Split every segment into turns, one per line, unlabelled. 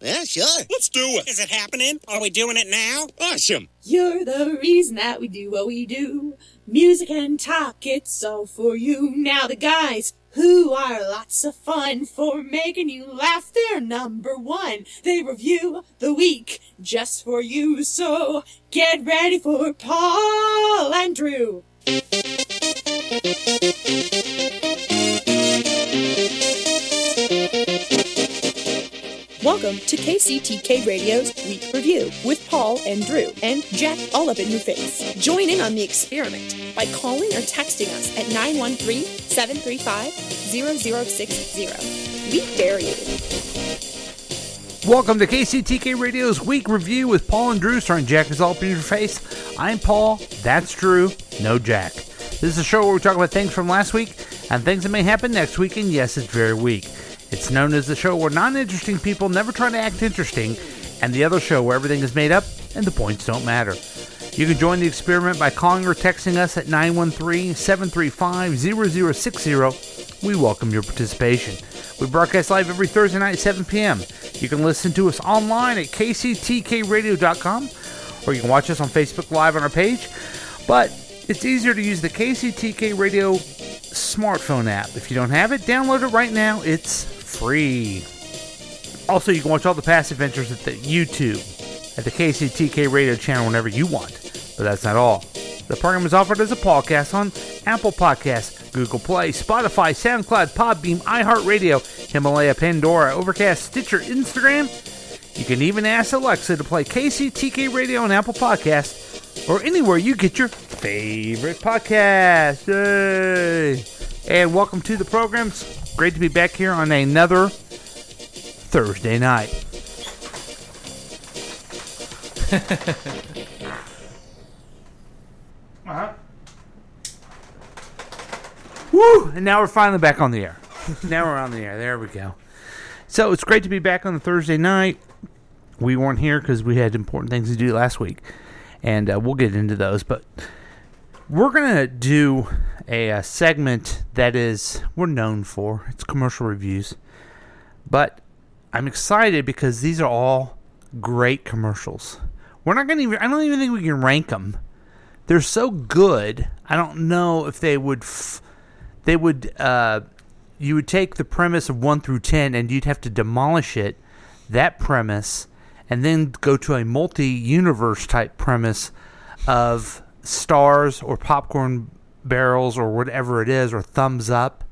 Yeah, sure.
Let's do it.
Is it happening? Are we doing it now?
Awesome.
You're the reason that we do what we do. Music and talk, it's all for you. Now the guys who are lots of fun for making you laugh, they're number one. They review the week just for you. So get ready for Paul and Drew.
Welcome to KCTK Radio's Week Review with Paul and Drew and Jack all up in your face. Join in on the experiment by calling or texting us at 913-735-0060. We dare you.
Welcome to KCTK Radio's Week Review with Paul and Drew, starring Jack is all up in your face. I'm Paul, that's Drew, no Jack. This is a show where we talk about things from last week and things that may happen next week, and yes, it's very weak. It's known as the show where non interesting people never try to act interesting, and the other show where everything is made up and the points don't matter. You can join the experiment by calling or texting us at 913 735 0060. We welcome your participation. We broadcast live every Thursday night at 7 p.m. You can listen to us online at kctkradio.com or you can watch us on Facebook Live on our page. But it's easier to use the KCTK Radio smartphone app. If you don't have it, download it right now. It's free. Also, you can watch all the past adventures at the YouTube at the KCTK Radio channel whenever you want. But that's not all. The program is offered as a podcast on Apple Podcasts, Google Play, Spotify, SoundCloud, Podbeam, iHeartRadio, Himalaya, Pandora, Overcast, Stitcher, Instagram. You can even ask Alexa to play KCTK Radio on Apple Podcasts or anywhere you get your favorite podcast. Yay! And welcome to the program. It's great to be back here on another Thursday night. Woo! And now we're finally back on the air. now we're on the air. There we go. So it's great to be back on the Thursday night. We weren't here because we had important things to do last week, and uh, we'll get into those. But we're gonna do a, uh segment that is we're known for. It's commercial reviews, but I'm excited because these are all great commercials. We're not gonna even. I don't even think we can rank them. They're so good. I don't know if they would. F- they would uh, you would take the premise of 1 through 10 and you'd have to demolish it that premise and then go to a multi-universe type premise of stars or popcorn barrels or whatever it is or thumbs up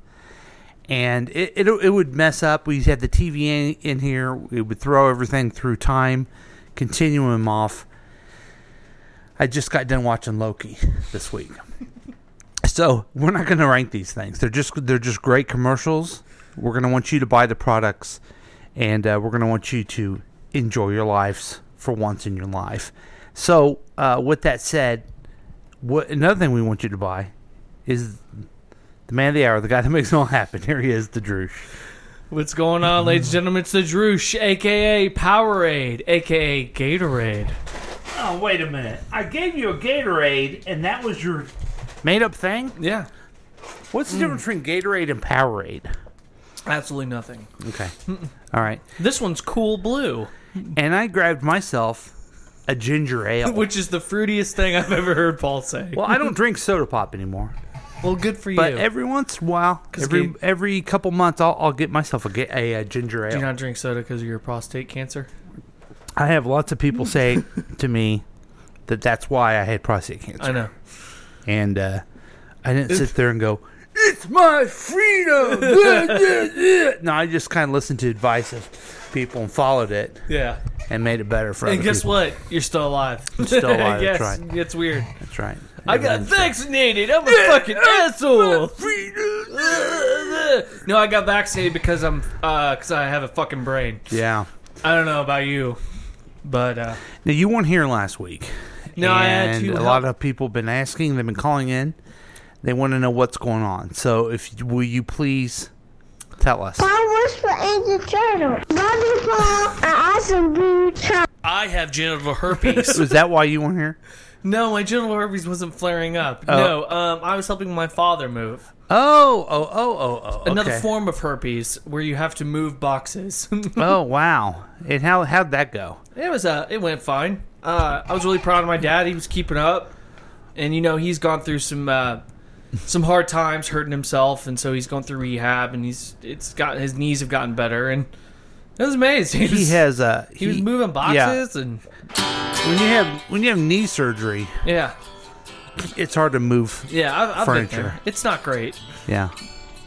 and it, it, it would mess up we'd have the tv in, in here it would throw everything through time continuum off i just got done watching loki this week so we're not going to rank these things. They're just they're just great commercials. We're going to want you to buy the products, and uh, we're going to want you to enjoy your lives for once in your life. So uh, with that said, what another thing we want you to buy is the man of the hour, the guy that makes it all happen. Here he is, the Droosh.
What's going on, ladies and gentlemen? It's the Droosh, aka Powerade, aka Gatorade.
Oh wait a minute! I gave you a Gatorade, and that was your made up thing.
Yeah,
What's the difference between Gatorade and Powerade?
absolutely nothing.
Okay, all right.
This one's cool blue,
and I grabbed myself a ginger ale.
which is the fruitiest thing I've ever heard Paul say.
well, I don't drink soda pop anymore,
Well, good for you.
but every once in a while,
'Cause
every
Gabe-
every couple months, I'll, I'll get myself a, ga- a, uh ginger
Do
ale.
you not drink soda because of your prostate cancer?
I have lots of people say to me that that's why I had prostate cancer,
I know.
and uh, I didn't sit there and go, "It's my freedom." Yeah, yeah, yeah." no, I just kind of listened to advice of people and followed it
Yeah.
and made it better for.
And
other
guess
people.
what? You're still alive.
still alive,
yes,
that's right.
It's weird.
That's right.
I got vaccinated. I'm a fucking asshole. no, I got vaccinated because I'm uh 'cause I have a fucking brain.
Yeah.
I don't know about you, but uh,
Now you weren't here last week,
No, I had
and
to
a
help-
lot of people been asking. They've been calling in. They want to know what's going on. So, if will you please tell us?
I wish for Angel Turtle. Bobby Paul and Awesome Blue Turtle.
I have genital herpes.
Was that why you weren't here?
no, my genital herpes wasn't flaring up. No, um, I was helping my father move.
Oh, oh, oh, oh, oh. Okay.
Another form of herpes where you have to move boxes.
Oh, wow. And how how'd that go?
It was uh it went fine. Uh, I was really proud of my dad. He was keeping up, and you know he's gone through some uh, some hard times, hurting himself, and so he's gone through rehab, and he's it's got his knees have gotten better, and it was amazing.
He has uh
he, was moving boxes, and
Yeah. When you have when you have knee surgery,
yeah,
it's hard to move.
yeah. I've, I've been
Furniture.
there. It's not great
Yeah.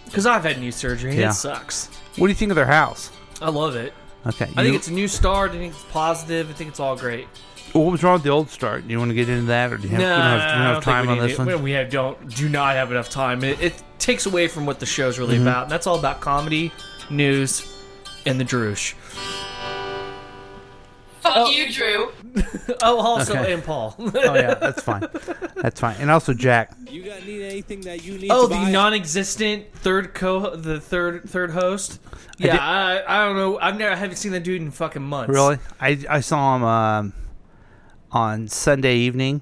because I've had knee surgery. and
Yeah.
It sucks.
What do you think of their house?
I love it.
Okay.
I
you-
think it's a new start. I think it's positive. I think it's all great.
what was wrong with the old start? Do you want to get into that or do you have,
No,
we don't have, we
no,
don't
no, I
have
don't think
time
we
on
need
this
it.
one?
We, we have, don't do not have enough time. It, it takes away from what the show's really
Mm-hmm.
about, and that's all about comedy, news, and the droosh.
Fuck you, Drew.
Oh, also
Okay.
and Paul.
Oh yeah, that's fine. That's fine. And also Jack.
You got need anything that you need to
oh, the
buy?
non-existent third co the third third host. Yeah,
did-
I, I don't know. I've never I haven't seen that dude in fucking months.
Really? I, I saw him um, on Sunday evening.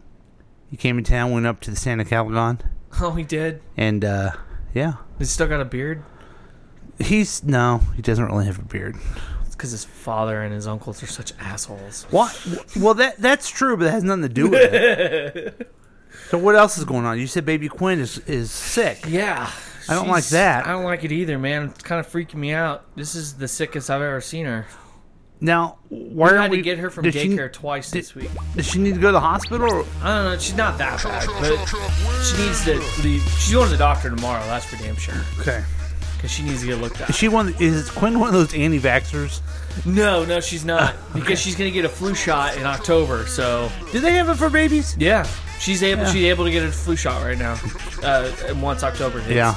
He came in town, went up to the Santa Calgon
Oh, he did.
and uh, yeah.
He's still got a beard.
He's no, he doesn't really have a beard.
It's because his father and his uncles are such assholes.
What? Well, that that's true, but that has nothing to do with it. so what else is going on? You said Baby Quinn is is sick.
Yeah.
I don't
she's-
like that.
I don't like it either, man. It's kind of freaking me out. This is the sickest I've ever seen her.
Now, why
I
are
had
we
to get her from
does she-
daycare twice this week.
Does she need to go to the hospital? Or,
I don't know. She's not that bad, but she needs to leave. She's going to the doctor tomorrow. That's for damn sure.
okay.
Because she needs to get looked
Is
at.
she one? Is Quinn one of those anti-vaxxers?
No, no, she's not.
Ah,
Because she's going to get a flu shot in October. So
Do they have it for babies?
yeah, she's able. She's able to get a flu shot right now. Uh, and once October hits.
Yeah.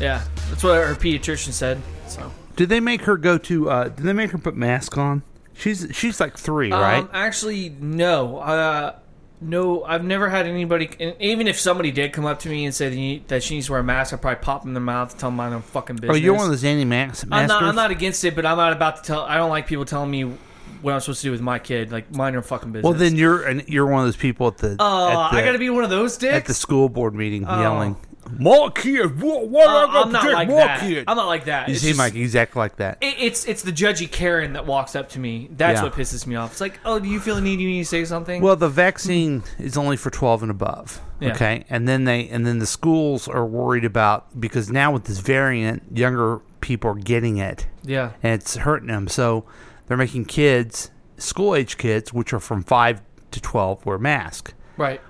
yeah. That's what her pediatrician said. So
Did they make her go to? uh Did they make her put mask on? She's she's like three, right?
Um, actually, no. Uh, no, I've never had anybody. and Even if somebody did come up to me and said that you- that she needs to wear a mask, I'd probably pop them in the mouth and tell them mind their fucking
Oh,
business.
you're one of those anti-mask.
I'm not, I'm not against it, but I'm not about to tell. I don't like people telling me what I'm supposed to do with my kid. Like, mind your fucking business.
Well, then you're an, you're one of those people at the.
Uh,
at the
I gotta be one of those dicks.
at the school board meeting yelling. More kids, what, what
Uh,
I gotta
I'm not
protect
like
more
that.
kids."
I'm not like that.
You
It's
seem
just-
like exactly like that.
It, it's it's the judgy Karen that walks up to me. That's
Yeah.
what pisses me off. It's like, oh, do you feel the need? You need to say something.
Well, the vaccine is only for 12 and above.
Yeah.
Okay, and then they and then the schools are worried about because now with this variant, younger people are getting it,
yeah,
and it's hurting them. So they're making kids, school age kids, which are from five to 12, wear masks.
right.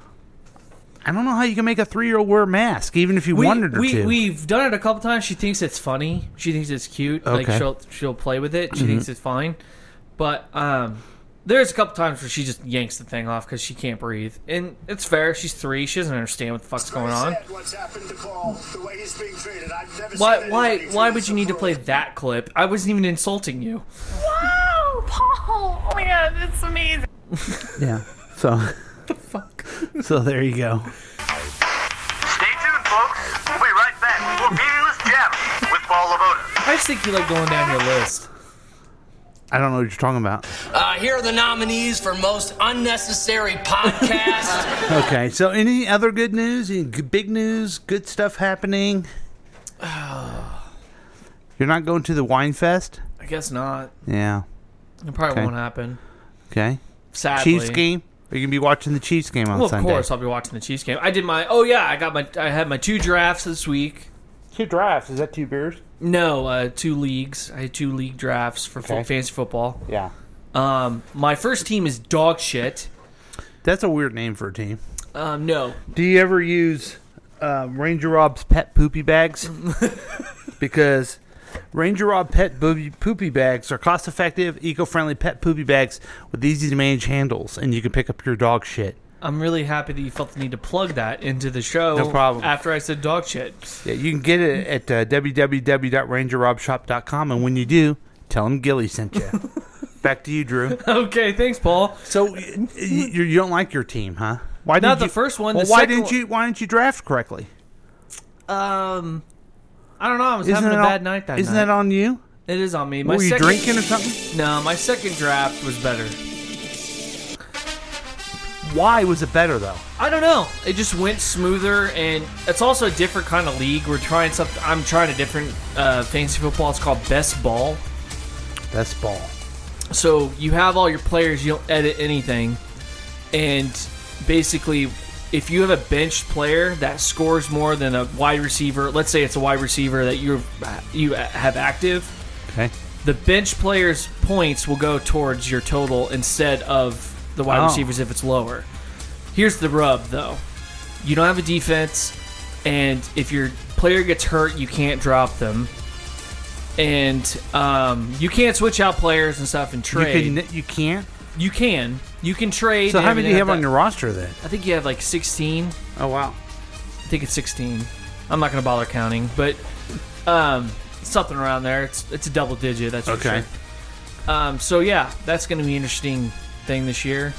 I don't know how you can make a three year old wear a mask, even if you wanted her
we,
to.
We've done it a couple times. She thinks it's funny. She thinks it's cute.
Okay. Mm-hmm.
Like she'll she'll play with it. She thinks it's fine. But um, there's a couple times where she just yanks the thing off because she can't breathe, and it's fair. She's three. She doesn't understand what the fuck's going on.
What's happened to Paul? The way he's being treated. I've never
Why why why would you need to play that clip? I wasn't even insulting you.
Wow, Paul. Oh my god, that's amazing.
yeah. So, so there you go.
Stay tuned, folks. We'll be right back for Meaningless Chatter with Paul Lavoda.
I just think you like going down your list.
I don't know what you're talking about.
Uh, here are the nominees for most unnecessary podcast.
Okay, so any other good news? Any g- big news? Good stuff happening? You're not going to the wine fest?
I guess not.
Yeah.
It probably
Okay.
won't happen.
Okay.
Sadly.
Chiefs game? Are you gonna be watching the Chiefs game on
Well, of
Sunday?
course, I'll be watching the Chiefs game. I did my. Oh yeah, I got my. I had my two drafts this week.
Two drafts. Is that two beers?
No, uh, two leagues. I had two league drafts for fo-
Okay.
fantasy football.
Yeah.
Um, my first team is dog shit.
That's a weird name for a team.
Um, no,
Do you ever use um, Ranger Rob's pet poopy bags? because Ranger Rob pet booby, poopy bags are cost effective, eco friendly pet poopy bags with easy to manage handles, and you can pick up your dog shit.
I'm really happy that you felt the need to plug that into the show.
No problem.
After I said dog shit,
Yeah, you can get it at uh, www.rangerrobshop.com, and when you do, tell them Gilly sent you. Back to you, Drew.
okay, thanks, Paul.
So you, you don't like your team, huh? Why
Not
did
the
you-
first one,
Well,
the
why
second
didn't
one-
you? Why didn't you draft correctly?
Um, I don't know. I was
Isn't
having a
it on-
bad night that
isn't
night.
that on you?
It is on me. My
Were you
second-
drinking or something?
No, my second draft was better.
Why was it better though?
I don't know. It just went smoother, and it's also a different kind of league. We're trying something. I'm trying a different uh, fantasy football. It's called best ball.
Best ball.
So you have all your players. You don't edit anything, and basically, if you have a bench player that scores more than a wide receiver, let's say it's a wide receiver that you you have active,
Okay.
the bench player's points will go towards your total instead of the wide
Oh.
receivers if it's lower. Here's the rub, though. You don't have a defense, and if your player gets hurt, you can't drop them. And um, you can't switch out players and stuff and trade.
You can. You can't.
You can. You can trade.
So
and
how many do
everything
you
like
have on
that.
your roster then?
I think you have like 16.
Oh wow.
I think it's 16. I'm not going to bother counting, but um, something around there. It's it's a double digit. That's for
Okay.
Sure. Um, so yeah, that's going to be an interesting thing this year.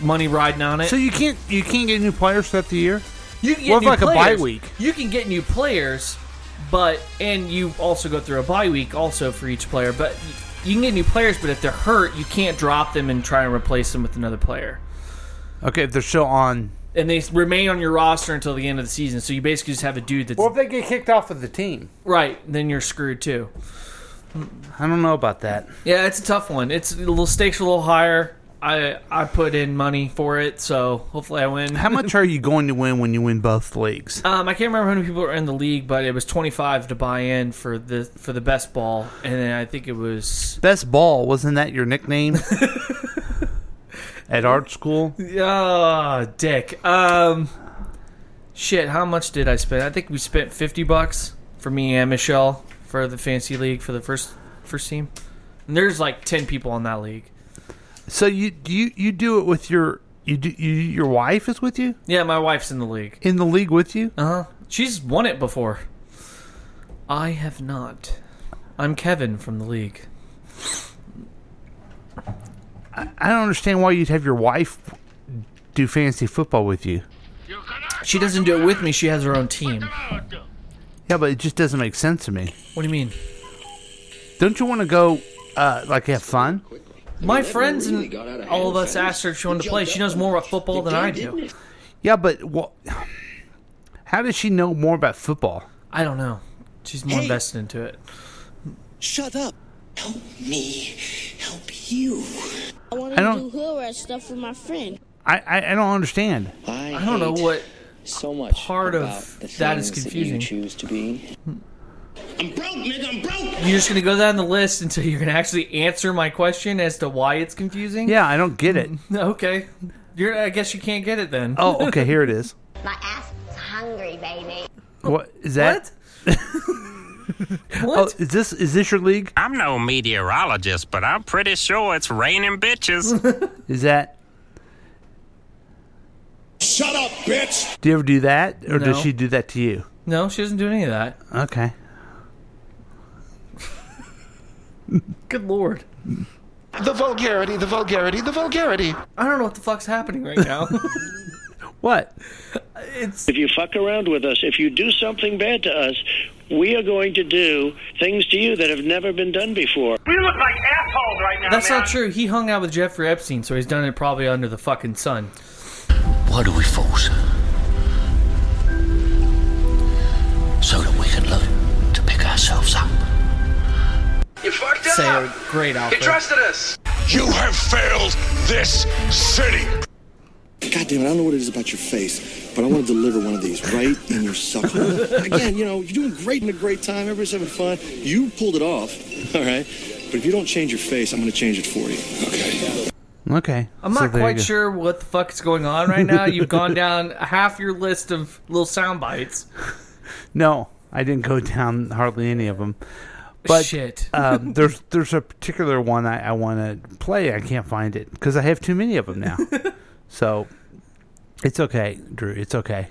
Money riding on it.
So you can't. You can't get new players throughout the year.
You can get
What if
new
like a
players.
bye week?
You can get new players, but and you also go through a bye week also for each player. But you can get new players, but if they're hurt, you can't drop them and try and replace them with another player.
Okay, if they're still on.
And they remain on your roster until the end of the season. So you basically just have a dude that's
Well, if they get kicked off of the team,
right. Then you're screwed too.
I don't know about that.
Yeah, it's a tough one. It's the little stakes are a little higher. I I put in money for it, so hopefully I win.
How much are you going to win when you win both leagues?
Um, I can't remember how many people are in the league, but it was twenty five to buy in for the for the best ball, and then I think it was
Best ball wasn't that your nickname at art school?
ah Dick. Um, shit, how much did I spend? I think we spent fifty bucks for me and Michelle for the fancy league for the first first team. And there's like ten people in that league.
So you do you, you do it with your you do you, your wife is with you
Yeah, my wife's in the league.
in the league with you.
Uh huh. She's won it before. I have not. I'm Kevin from the league.
I don't understand why you'd have your wife do fantasy football with you.
She doesn't do it with me. She has her own team.
Yeah, but it just doesn't make sense to me.
What do you mean?
Don't you want to go uh, like have fun?
My friends and all of us asked her if she wanted to play. She knows more about football than I do.
Yeah, but what? How does she know more about football?
I don't know. She's more invested into it.
Shut up.
Help me help you. I want
I don't-
to do hood rat stuff with my friend.
I I, I don't understand.
I,
I don't know what
so much
part of that is confusing.
choose to be.
I'm broke, nigga. I'm broke.
You're just gonna go down the list until you're gonna actually answer my question as to why it's confusing.
Yeah, I don't get it.
Okay. You're. I guess you can't get it then.
Oh, okay, here it is.
My ass is hungry, baby.
What is that? What? is this is this your league?
I'm no meteorologist, but I'm pretty sure it's raining bitches.
Is that?
Shut up, bitch!
Do you ever do that, or
No.
does she do that to you?
No, she doesn't do any of that.
Okay.
Good lord.
The vulgarity, the vulgarity, the vulgarity.
I don't know what the fuck's happening right now.
what?
If you fuck around with us, if you do something bad to us, we are going to do things to you that have never been done before.
We look like assholes right now.
That's
man.
not true. He hung out with Jeffrey Epstein, so he's done it probably under the fucking sun.
Why do we force?
So that we can look to pick ourselves up.
You fucked
Say a great outfit.
us. You have failed this city.
God damn it, I don't know what it is about your face, but I want to deliver one of these right in your sucker. Again, you know, you're doing great and a great time. Everybody's having fun. You pulled it off, all right? But if you don't change your face, I'm going to change it for you. Okay.
Okay.
I'm
so
not
there you
quite
go.
sure what the fuck is going on right now. You've gone down half your list of little sound bites.
No, I didn't go down hardly any of them. But
Shit.
um, there's there's a particular one I, I want to play. I can't find it because I have too many of them now. so it's okay, Drew. It's okay.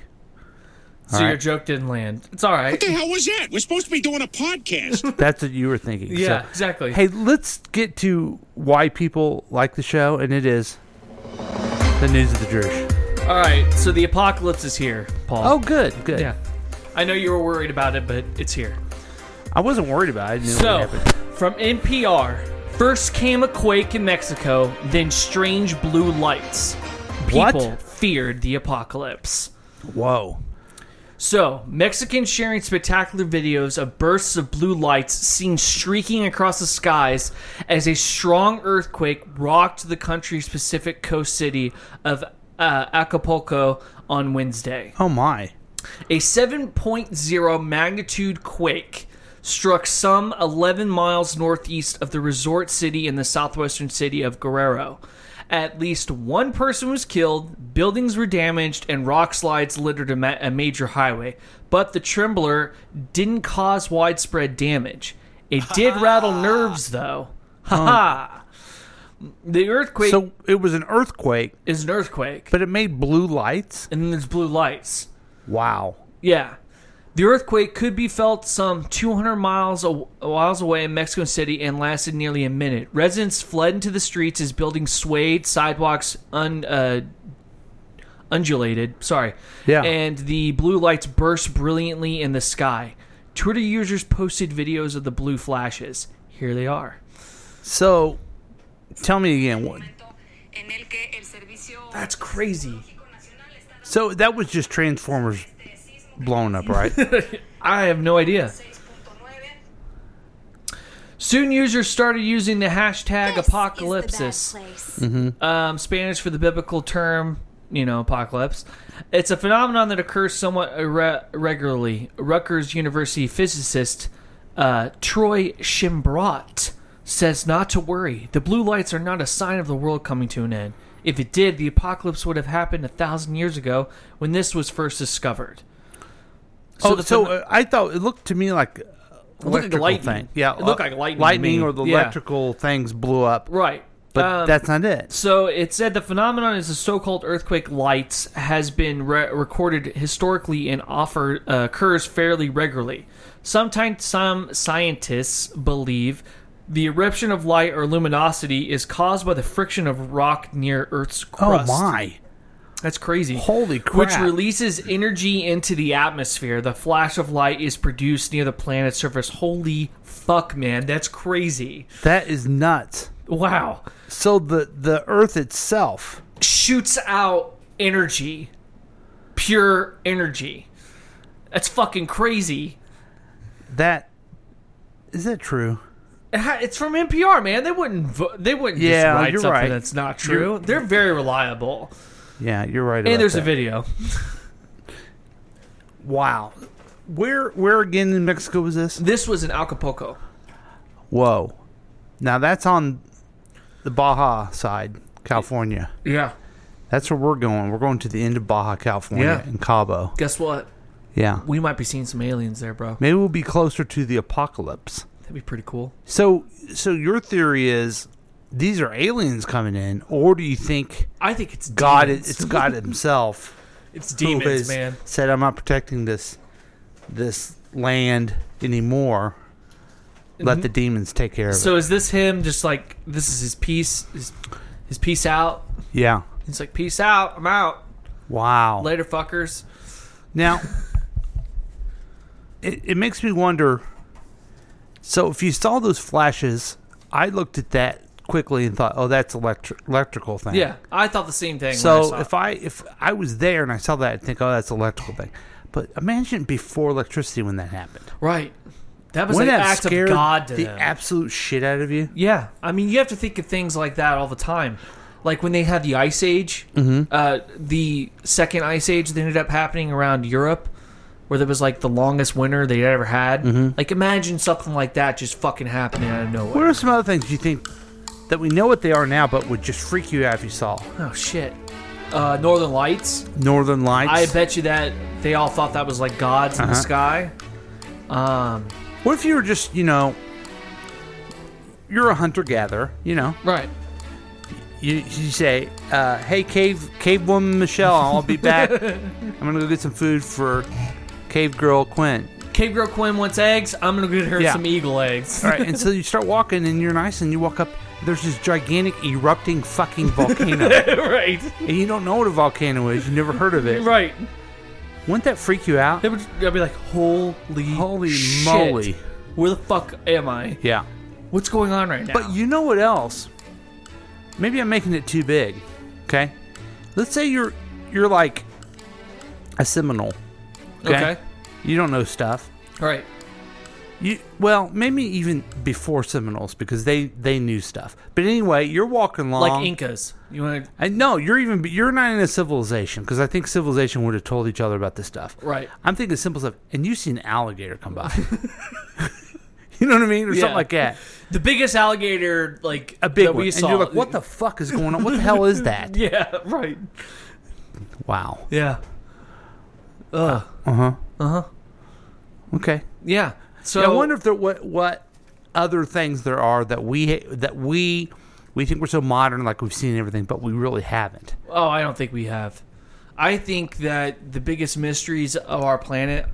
So
All
your
right.
joke didn't land. It's all right.
What the hell was that? We're supposed to be doing a podcast.
That's what you were thinking.
Yeah,
So,
exactly.
Hey, let's get to why people like the show, and it is the news of the Drush.
All right. So the apocalypse is here, Paul.
Oh, good, good.
Yeah. I know you were worried about it, but it's here.
I wasn't worried about it. I didn't know
So,
what happened.
from NPR, first came a quake in Mexico, then strange blue lights.
What?
People feared the apocalypse.
Whoa.
So, Mexicans sharing spectacular videos of bursts of blue lights seen streaking across the skies as a strong earthquake rocked the country's Pacific coast city of uh, Acapulco on Wednesday.
Oh my.
A 7.0 magnitude quake struck some 11 miles northeast of the resort city in the southwestern city of Guerrero. At least one person was killed, buildings were damaged, and rock slides littered a, ma- a major highway. But the trembler didn't cause widespread damage. It did rattle nerves, though. Ha ha! The earthquake
So it was an earthquake,
is an earthquake,
but it made blue lights.
and there's blue lights.
Wow.
Yeah. The earthquake could be felt some 200 miles a- miles away in Mexico City and lasted nearly a minute. Residents fled into the streets as buildings swayed, sidewalks un, uh, undulated. Sorry.
Yeah.
And the blue lights burst brilliantly in the sky. Twitter users posted videos of the blue flashes. Here they are.
So, tell me again. What,
That's crazy.
so that was just Transformers blown up, right?
I have no idea. Soon users started using the hashtag apocalypsis.
mm-hmm.
um, Spanish for the biblical term, you know, apocalypse. It's a phenomenon that occurs somewhat irre- regularly. Rutgers University physicist uh, Troy Shimbrat says not to worry. The blue lights are not a sign of the world coming to an end. If it did, the apocalypse would have happened a thousand years ago when this was first discovered.
So, oh,
the
so
phenom-
uh, I thought it looked to me like
looked like
electrical
lightning.
thing. Yeah,
It looked
uh,
like lightning to
lightning
me.
or the
Yeah.
electrical things blew up.
right.
But
Um,
that's not it.
So it said the phenomenon is the so-called earthquake lights has been re- recorded historically and offer, uh, occurs fairly regularly. Sometimes some scientists believe the eruption of light or luminosity is caused by the friction of rock near Earth's
Oh
crust.
my!
That's crazy.
Holy crap!
Which releases energy into the atmosphere. The flash of light is produced near the planet's surface. Holy fuck, man! That's crazy.
that is nuts.
Wow.
So the the Earth itself.
shoots out energy, pure energy. That's fucking crazy.
That is that true?
It ha- It's from NPR, man. They wouldn't. Vo- they wouldn't
Yeah,
just write
you're
something
right.
that's not true. They're very reliable.
Yeah, you're right. about
And there's
that.
a video.
Wow. Where where again in Mexico was this?
This was in Acapulco.
Whoa. Now that's on the Baja side, California.
Yeah.
That's where we're going. We're going to the end of Baja California
Yeah.
in Cabo.
Guess what?
Yeah.
We might be seeing some aliens there, bro.
Maybe we'll be closer to the apocalypse.
That'd be pretty cool.
So so your theory is these are aliens coming in, or do you think
I think it's
God
Demons.
it's God himself
It's
who
demons,
has
man.
said I'm not protecting this this land anymore. Let the demons take care of
Mm-hmm. So is this him? Just like this is his peace. His, his peace out.
it. Yeah. Oh.
He's like peace out. I'm out.
Wow.
Later, fuckers.
Now, it, it makes me wonder. So, if you saw those flashes, I looked at that quickly and thought, "Oh, that's electric electrical thing."
Yeah, I thought the same thing. when
So
I saw
if I if I was there and I saw that, I'd think, "Oh, that's electrical thing." But imagine before electricity when that happened.
Right. That was
Wouldn't
an
that
act of
scare
God to
the
them.
absolute shit out of you?
yeah. I mean, you have to think of things like that all the time. Like when they had the Ice Age, uh, the second Ice Age that ended up happening around Europe, where there was like the longest winter they ever had.
Mm-hmm.
Like, imagine something like that just fucking happening out of nowhere.
What are some other things you think that we know what they are now, but would just freak you out if you saw
oh, shit. Uh, Northern Lights.
Northern Lights?
I bet you that they all thought that was like gods in the
Uh-huh.
sky. Um,
What if you were just, you know, you're a hunter gatherer, you know?
right.
You, you say, uh, "Hey, cave cave woman Michelle, I'll be back. I'm gonna go get some food for Cave Girl Quinn.
Cave Girl Quinn wants eggs. I'm gonna get her
Yeah.
some eagle eggs.
All right, and so you start walking, and you're nice, and you walk up. There's this gigantic erupting fucking volcano,
right?
And you don't know what a volcano is. You never heard of it,
right?
Wouldn't that freak you out?
It would, I'd be like, holy,
holy
shit.
moly!
Where the fuck am I?
Yeah.
What's going on right now?
But you know what else? Maybe I'm making it too big. Okay. Let's say you're you're like a Seminole.
Okay.
You don't know stuff.
Right.
You well, maybe even before Seminoles because they they knew stuff. But anyway, you're walking along
like Incas. You want to?
And no, you're even you're not in a civilization because I think civilization would have told each other about this stuff.
Right.
I'm thinking simple stuff, and you see an alligator come by. you know what I mean, or something
Yeah.
like that.
The biggest alligator, like
A big
that
one,
we
and
saw.
you're like, "What the fuck is going on? What the hell is that?"
Yeah. Right.
Wow.
Yeah. Ugh.
Uh huh.
Uh huh.
Okay.
Yeah. So
I wonder if there what what other things there are that we that we we think we're so modern, like we've seen everything, but we really haven't.
Oh, I don't think we have. I think that the biggest mysteries of our planet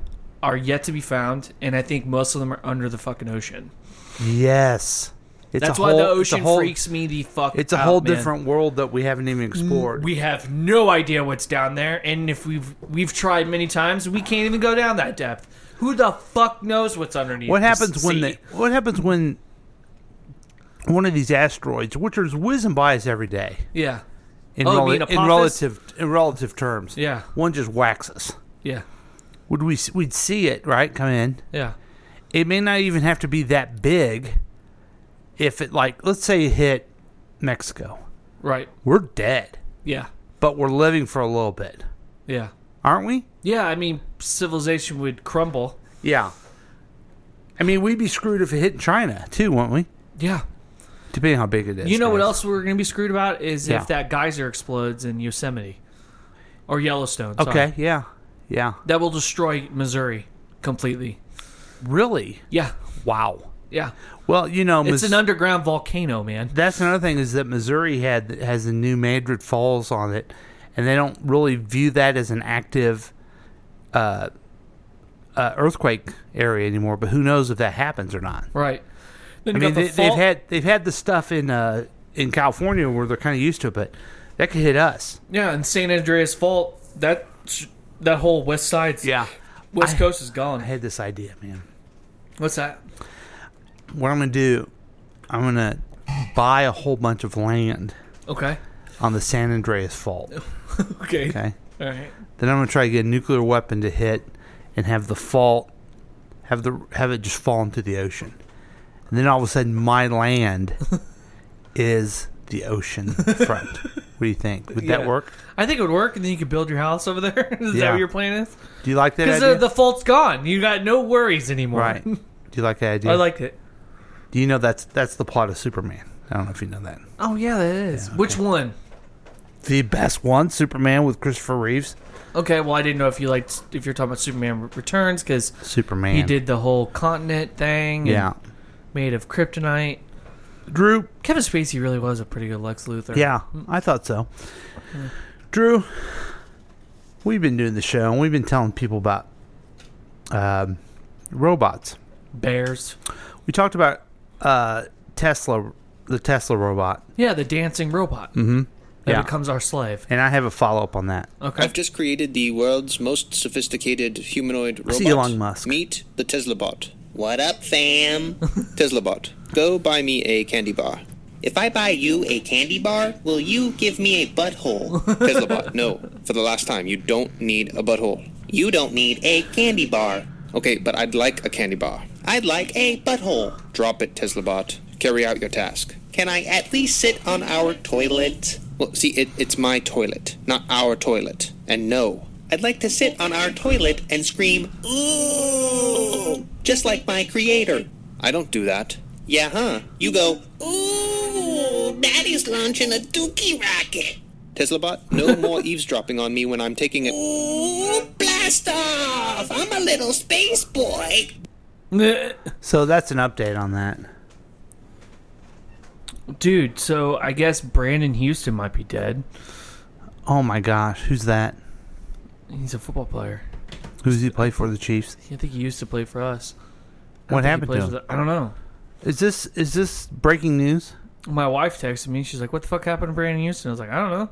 are yet to be found, and I think most of them are under the fucking ocean.
Yes. It's
That's
a
why
whole-
the
it's a
ocean
whole-
freaks me the fuck.
It's a
out,
whole
man.
different world that we haven't even explored.
We have no idea what's down there, and if we've we've tried many times, we can't even go down that depth. Who the fuck knows what's underneath?
what
the
happens
sea?
when the what happens when one of these asteroids, which is whizzing by us every day,
Yeah.
in,
Oh, you
rel-
mean
in
Apophis?
relative in relative terms,
Yeah.
one just whacks us.
Yeah.
Would we s- we'd see it right come in?
Yeah.
It may not even have to be that big. If it like let's say it hit Mexico,
Right.
we're dead,
Yeah.
but we're living for a little bit,
Yeah.
aren't we?
Yeah. I mean, civilization would crumble.
Yeah. I mean, we'd be screwed if it hit China too, wouldn't we?
Yeah.
Depending how big it is.
You know what else we're going to be screwed about is
Yeah.
if that geyser explodes in Yosemite or Yellowstone. sorry.
Okay. Yeah. Yeah.
That will destroy Missouri completely.
Really?
Yeah.
Wow.
Yeah.
Well, you know,
It's
Mis-
an underground volcano, man.
that's another thing is that Missouri had has the new Madrid Falls on it, and they don't really view that as an active uh, uh, earthquake area anymore. But who knows if that happens or not?
Right. Then
I
you
mean,
got the
they,
fault-
they've had they've had the stuff in uh, in California where they're kind of used to it, but that could hit us.
Yeah, and San Andreas Fault, that that whole west side's
Yeah.
West
I-
Coast is gone.
I had this idea, man.
What's that?
What I'm gonna do? I'm gonna buy a whole bunch of land
Okay.
on the San Andreas Fault.
Okay.
Okay.
All right.
Then I'm gonna try to get a nuclear weapon to hit and have the fault have the have it just fall into the ocean. And then all of a sudden my land is the ocean front. what do you think? Would that
Yeah.
work?
I think it would work, and then you could build your house over there. is that
Yeah.
what your plan is?
Do you like that
Because
idea?
the, the fault's gone. You got no worries anymore.
right. Do you like that idea?
I liked it.
Do you know that's that's the plot of Superman? I don't know if you know that.
Oh yeah, that is. Which one?
The best one, Superman with Christopher Reeves.
Okay, well, I didn't know if you liked if you're talking about Superman Returns because
Superman.
he did the whole continent thing. and
Yeah.
made of kryptonite.
Drew
Kevin Spacey really was a pretty good Lex Luthor.
Yeah, I thought so.
Mm-hmm.
Drew, we've been doing the show and we've been telling people about um, robots.
bears.
We talked about uh, Tesla, the Tesla robot,
Yeah, the dancing robot
Mhm.
Mm-hmm. that
Yeah.
becomes our slave.
and I have a follow up on that.
Okay.
I've just created the world's most sophisticated humanoid robot.
See Elon Musk.
Meet the TeslaBot. What up, fam? TeslaBot, go buy me a candy bar. If I buy you a candy bar, will you give me a butthole? TeslaBot, no. For the last time, you don't need a butthole. You don't need a candy bar. Okay, but I'd like a candy bar. I'd like a butthole. Drop it, TeslaBot. Carry out your task. Can I at least sit on our toilet? Well, see, it, it's my toilet, not our toilet. And no, I'd like to sit on our toilet and scream, ooh, just like my creator. I don't do that. Yeah, huh? You go,
Ooh, Daddy's launching a dookie rocket.
TeslaBot, no more eavesdropping on me when I'm taking a.
Ooh, blast off. I'm a little space boy.
So that's an update on that.
Dude, so I guess Brandon Houston might be dead.
Oh my gosh, who's that?
He's a football player.
Who's he play for? The Chiefs.
I think he used to play for us. I don't think
What
he
happened to
plays
him?
with- I don't know.
Is this is this breaking news?
My wife texted me. She's like, "What the fuck happened to Brandon Houston?" I was like, "I don't know."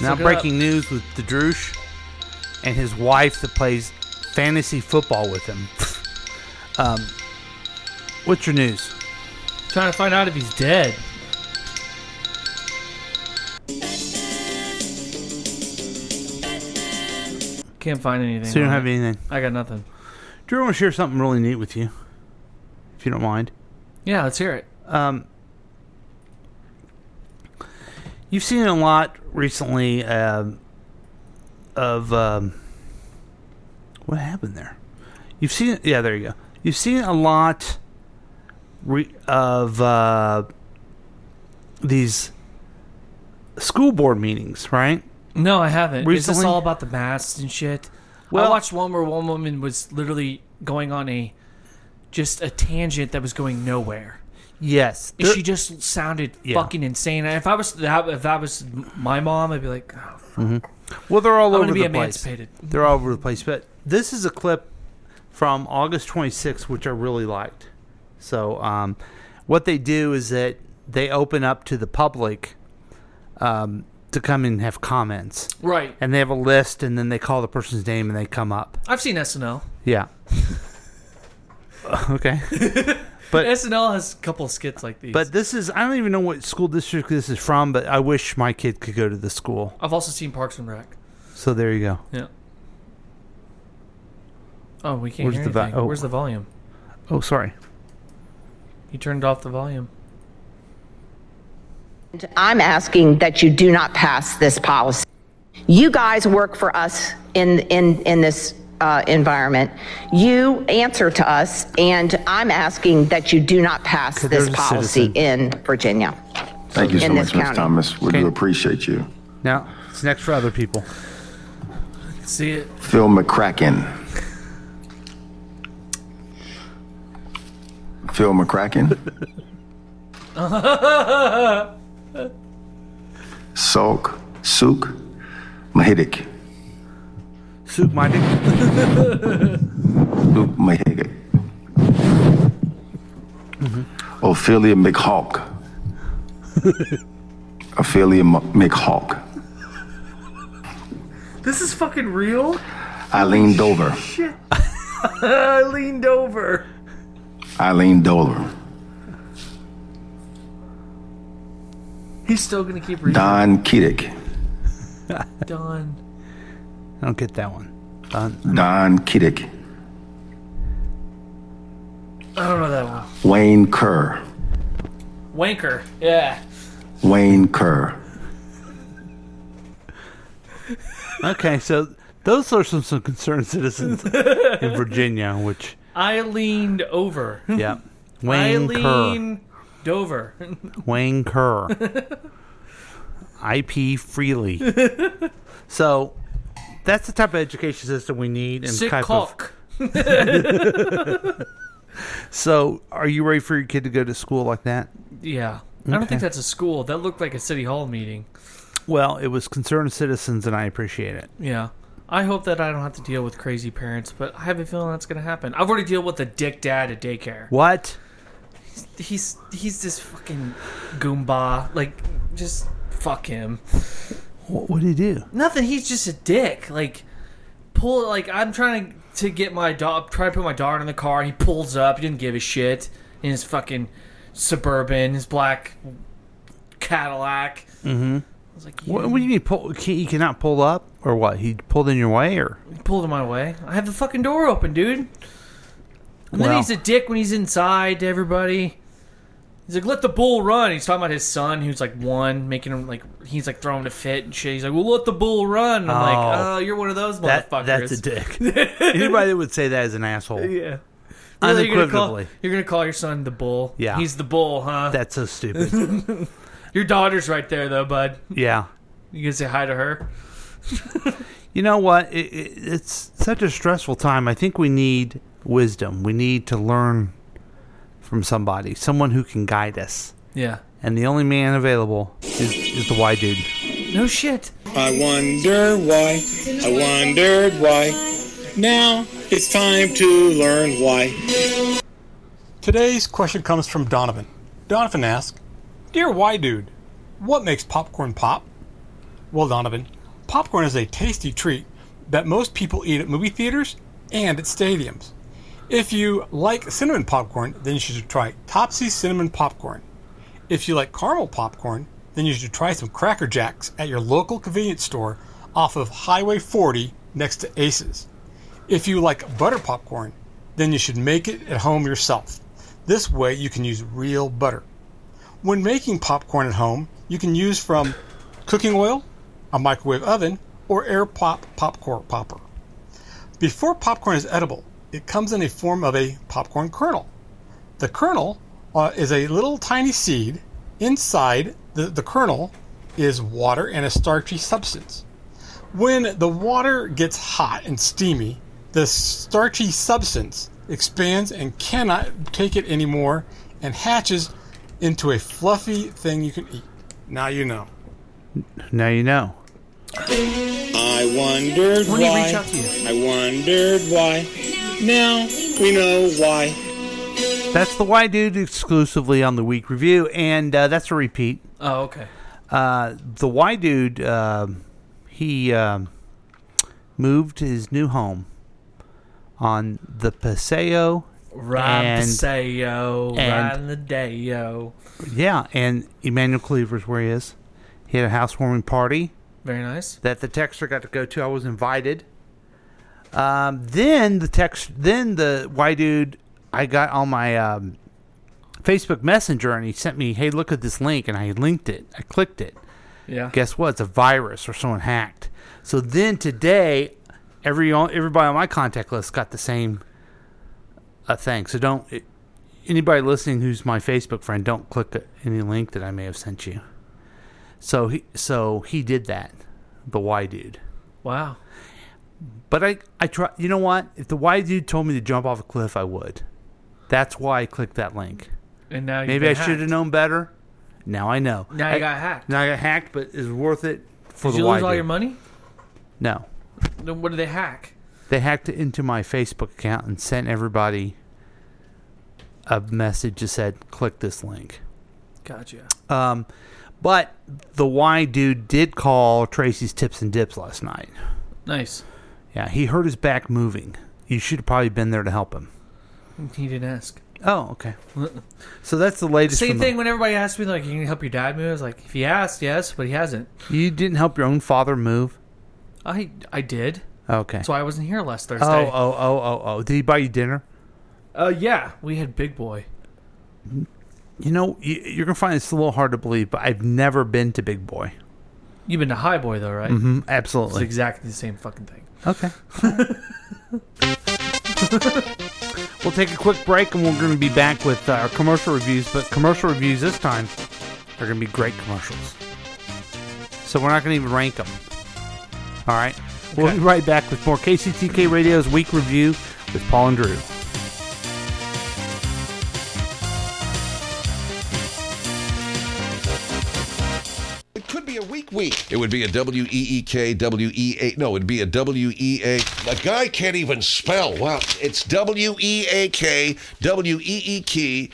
Now
Look it
breaking news with Dadrush and his wife that plays fantasy football with him. um, what's your news?
Trying to find out if he's dead. Can't find anything.
So you don't
on
have
it.
anything.
I got nothing.
Drew, I want to share something really neat with you, if you don't mind.
Yeah, let's hear it.
Um, you've seen a lot recently um of um, what happened there. You've seen, yeah, there you go. You've seen a lot re- of uh, these school board meetings, right?
No, I haven't. Is this
Recently?
all about the masks and shit? I
Well-
watched one where one woman was literally going on a just a tangent that was going nowhere.
Yes,
And
there-
she just sounded
Yeah.
fucking insane. And if I was that, if that was my mom, I'd be like, "Oh,
Mhm. Well, they're all
I'm gonna
over
be
the
emancipated.
place. They're all over the place. But this is a clip from August 26th, which I really liked. So, um, what they do is that they open up to the public um, to come and have comments.
Right.
And they have a list, and then they call the person's name and they come up.
I've seen SNL.
Yeah. okay. But-
SNL has a couple skits like these.
But this is, I don't even know what school district this is from, but I wish my kid could go to the school.
I've also seen Parks and Rec.
So, there you go.
Yeah. Oh, we can't
Where's
hear
the vi-
anything.
oh.
Where's the volume?
Oh, sorry.
You turned off the volume.
I'm asking that you do not pass this policy. You guys work for us in in in this uh, environment. You answer to us, and I'm asking that you do not pass this
there's a
policy in Virginia.
Thank you so
in this
much, Ms.
county.
Thomas. We do appreciate you.
Now, it's next for other people.
See it.
Phil McCracken. Phil McCracken. Sulk. Suk. Mahidic.
Suk Mahidic.
Suk Mahidic. Ophelia McHawk. Ophelia M- McHawk.
This is fucking real?
Eileen Dover.
Shit. I leaned over.
Eileen Dover.
He's still gonna keep reading.
Don Kiddick.
Don.
I don't get that one. Don,
Don Kiddick.
I don't know that one.
Wayne Kerr.
Wanker. Yeah.
Wayne Kerr.
Okay, so those are some, some concerned citizens in Virginia, which,
I leaned over.
yeah. Wayne Kerr.
Eileen Dover.
Wayne Kerr. IP freely. So that's the type of education system we need. And
Sick
type
cock.
Of... so are you ready for your kid to go to school like that?
yeah. I don't
Okay.
think that's a school. That looked like a city hall meeting.
Well, it was concerned citizens, and I appreciate it.
Yeah. I hope that I don't have to deal with crazy parents, but I have a feeling that's gonna happen. I've already dealt with the dick dad at daycare.
What?
He's he's this fucking goomba. Like, just fuck him.
What would he do?
Nothing. He's just a dick. Like, pull. Like, I'm trying to get my dog. Try to put my daughter in the car. He pulls up. He didn't give a shit. In his fucking suburban, his black Cadillac.
Mm-hmm.
I was like,
What, what do you mean? Pull, can, he cannot pull up, or what? He pulled in your way, or
He pulled him my way. I have the fucking door open, dude. And then
Well.
he's a dick when he's inside to everybody. He's like, let the bull run. He's talking about his son, who's like one, making him like he's like throwing a fit and shit. He's like, well, let the bull run. And I'm like,
Oh.
oh, you're one of those
That-
motherfuckers.
that's a dick. anybody that would say that is an asshole?
Yeah. Really, you're gonna call-
unequivocally.
You're gonna call your son the bull.
Yeah.
He's the bull, huh?
That's so stupid.
your daughter's right there though, bud.
yeah.
You can say hi to her.
You know what? It, it, it's such a stressful time. I think we need wisdom. We need to learn from somebody, someone who can guide us.
Yeah.
And the only man available is, is the white dude.
No shit.
I wonder why. I wondered why. Now it's time to learn why.
Today's question comes from Donovan. Donovan asks, Dear Why Dude, what makes popcorn pop? Well, Donovan, popcorn is a tasty treat that most people eat at movie theaters and at stadiums. If you like cinnamon popcorn, then you should try Topsy Cinnamon Popcorn. If you like caramel popcorn, then you should try some Cracker Jacks at your local convenience store off of Highway 40 next to Aces. If you like butter popcorn, then you should make it at home yourself. This way you can use real butter. When making popcorn at home, you can use from cooking oil, a microwave oven, or air pop popcorn popper. Before popcorn is edible, it comes in the form of a popcorn kernel. The kernel uh, is a little tiny seed. Inside the, the kernel is water and a starchy substance. When the water gets hot and steamy, the starchy substance expands and cannot take it anymore and hatches into a fluffy thing you can eat. Now you know.
Now you know.
I wondered
When do you
why.
reach out to you?
I wondered why. Now we know why.
That's the Why Dude exclusively on the week review, and uh, that's a repeat.
Oh, okay.
Uh, the Why Dude, um he um moved his new home on the Paseo.
Ryan
and-
Paseo,
and-
Ryan Ladeo.
Yeah, and Emmanuel Cleaver's where he is. He had a housewarming party.
Very nice.
That the texter got to go to. I was invited. Um, then the text, then the why dude, I got on my um, Facebook Messenger and he sent me, "Hey, look at this link," and I linked it. I clicked it.
Yeah.
Guess what? It's a virus or someone hacked. So then today, every everybody on my contact list got the same uh, thing. So don't it, anybody listening who's my Facebook friend, don't click any link that I may have sent you. So he so he did that. The why dude.
Wow.
But I I try. You know what? If the why dude told me to jump off a cliff, I would. That's why I clicked that link.
And now you've
Maybe I
been
should have known better. Now I know.
Now you
I-
got hacked.
Now I got hacked, but it's worth it for
Did
the
you
why
lose all
dude.
your money?
No,
Then what did they hack?
they hacked it into my Facebook account and sent everybody a message that said, "Click this link."
Gotcha.
Um, but the why dude did call Tracy's Tips and Dips last night.
Nice.
Yeah, he hurt his back moving. You should have probably been there to help him.
He didn't ask.
Oh, okay. So that's the latest.
Same
from the-
thing when everybody asks me, like, can you help your dad move? I was like, if he asked, yes, but he hasn't.
you didn't help your own father move.
I I did.
Okay.
That's why I wasn't here last Thursday.
Oh, oh, oh, oh, oh! Did he buy you dinner?
Uh, yeah, we had Big Boy.
You know, you, you're gonna find it's a little hard to believe, but I've never been to Big Boy.
You've been to High Boy though, right?
Mhm,
It's
absolutely.
exactly the same fucking thing.
Okay. we'll take a quick break and we're going to be back with uh, our commercial reviews. But commercial reviews this time are going to be great commercials. So we're not going to even rank them. All right. We'll be right back with more KCTK Radio's week review with Paul and Drew.
It could be a weak week.
It would be a W E E K W E A. No, it'd be a W E A. The guy can't even spell. Wow, it's W E A K W E E K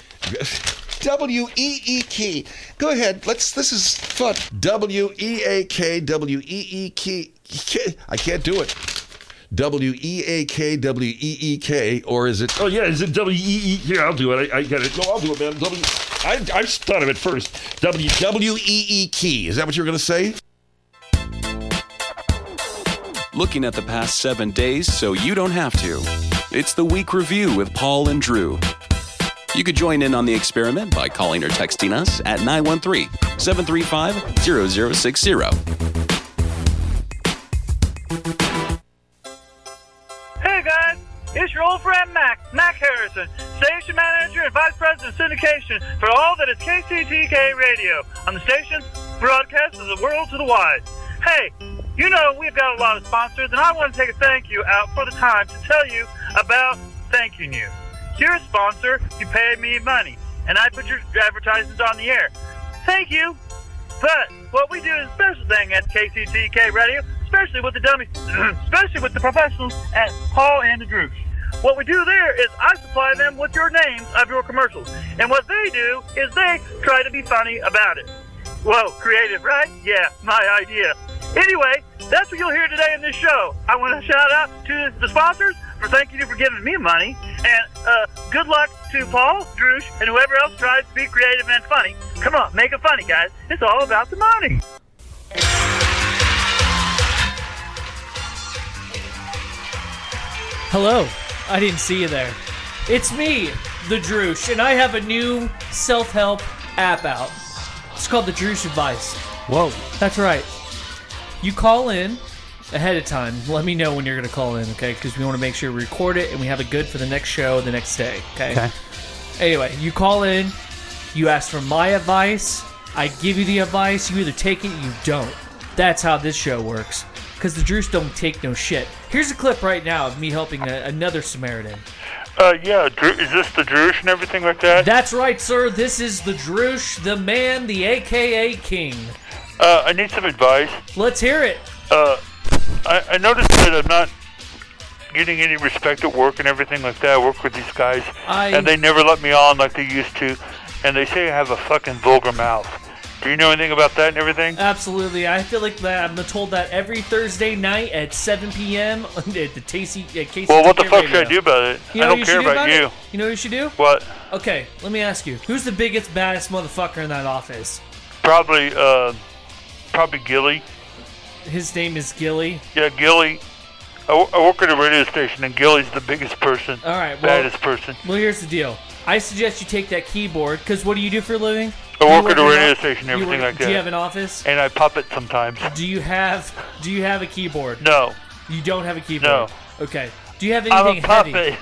W E E K. Go ahead. Let's. This is fun. W E A K W E E K. I can't do it. W E A K W E E K, or is it? Oh yeah, is it W E E? Here, I'll do it. I, I get it. No, I'll do it, man. W. I I thought of it first. W W E E K. Is that what you were gonna say?
looking at the past seven days so you don't have to. It's the week review with Paul and Drew. You could join in on the experiment by calling or texting us at 913 735 0060.
Hey guys, it's your old friend Mac, Mac Harrison, station manager and vice president of syndication for all that is KCTK radio on the station broadcast of the world to the wide. Hey, you know we've got a lot of sponsors, and I want to take a thank you out for the time to tell you about Thank You News. You're a sponsor, you pay me money, and I put your advertisements on the air. Thank you. But what we do is a special thing at KCTK Radio, especially with the dummies, especially with the professionals at Paul and the Drew. What we do there is I supply them with your names of your commercials. And what they do is they try to be funny about it. Whoa, creative, right? Yeah, my idea. Anyway, that's what you'll hear today in this show. I want to shout out to the sponsors for thanking you for giving me money. And uh, good luck to Paul, Droosh, and whoever else tries to be creative and funny. Come on, make it funny, guys. It's all about the money.
Hello. I didn't see you there. It's me, the Droosh, and I have a new self help app out. It's called the Droosh Advice.
Whoa.
That's right. You call in ahead of time. Let me know when you're going to call in, okay? Because we want to make sure we record it and we have it good for the next show the next day, okay?
Okay.
Anyway, you call in, you ask for my advice, I give you the advice, you either take it, you don't. That's how this show works. Because the Drews don't take no shit. Here's a clip right now of me helping a, another Samaritan.
Uh, yeah, Drew, is this the Drush and everything like that?
That's right, sir. This is the Droosh, the man, the AKA King.
Uh, I need some advice.
Let's hear it.
Uh, I, I noticed that I'm not getting any respect at work and everything like that. I work with these guys,
I-
and they never let me on like they used to, and they say I have a fucking vulgar mouth. Do you know anything about that and everything?
Absolutely. I feel like that. I'm told that every Thursday night at 7 p.m. at the Casey. At Casey
Well, what the
Ticket
fuck should I
Radio.
do about it?
You know
I
what
don't
you
care
should do
about,
about
you.
it? You know what you should do?
What?
Okay, let me ask you. Who's the biggest, baddest motherfucker in that office?
Probably, uh, probably Gilly.
His name is Gilly.
Yeah, Gilly. I, wo- I work at a radio station, and Gilly's the biggest person.
All right, well-
baddest person.
Well, here's the deal. I suggest you take that keyboard, because what do you do for a living?
I
You
work at a
in
radio
op-
station,
you
everything like
Do you
that.
have an office?
And I pop it sometimes.
Do you have Do you have a keyboard?
No.
You don't have a keyboard.
No.
Okay. Do you have
I'm a
anything heavy?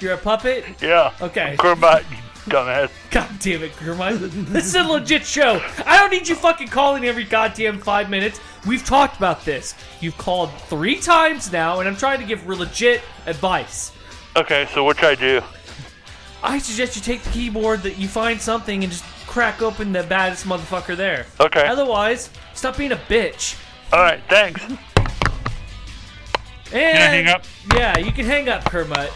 You're a puppet.
Yeah.
Okay.
Kermit, you dumbass.
God damn it, Kermit. This is a legit show. I don't need you fucking calling every goddamn five minutes. We've talked about this. You've called three times now, and I'm trying to give legit advice.
Okay, so what should I do?
I suggest you take the keyboard that you find something and just crack open the baddest motherfucker there.
Okay.
Otherwise, stop being a bitch.
All right, thanks. And
hang up? Yeah, you can hang up, Kermit.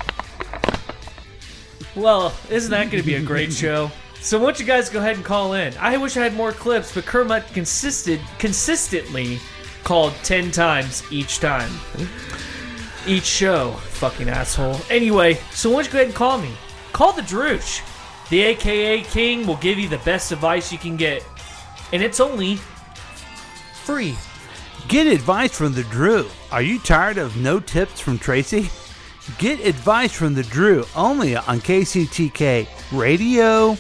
Well, isn't that going to be a great show? So, why don't you guys go ahead and call in? I wish I had more clips, but Kermit consisted consistently called ten times each time, each show. Fucking asshole. Anyway, so why don't you go ahead and call me? Call the Droosh. The AKA King will give you the best advice you can get, and it's only free.
Get advice from the Drew. Are you tired of no tips from Tracy? Get advice from the Drew only on KCTK Radio.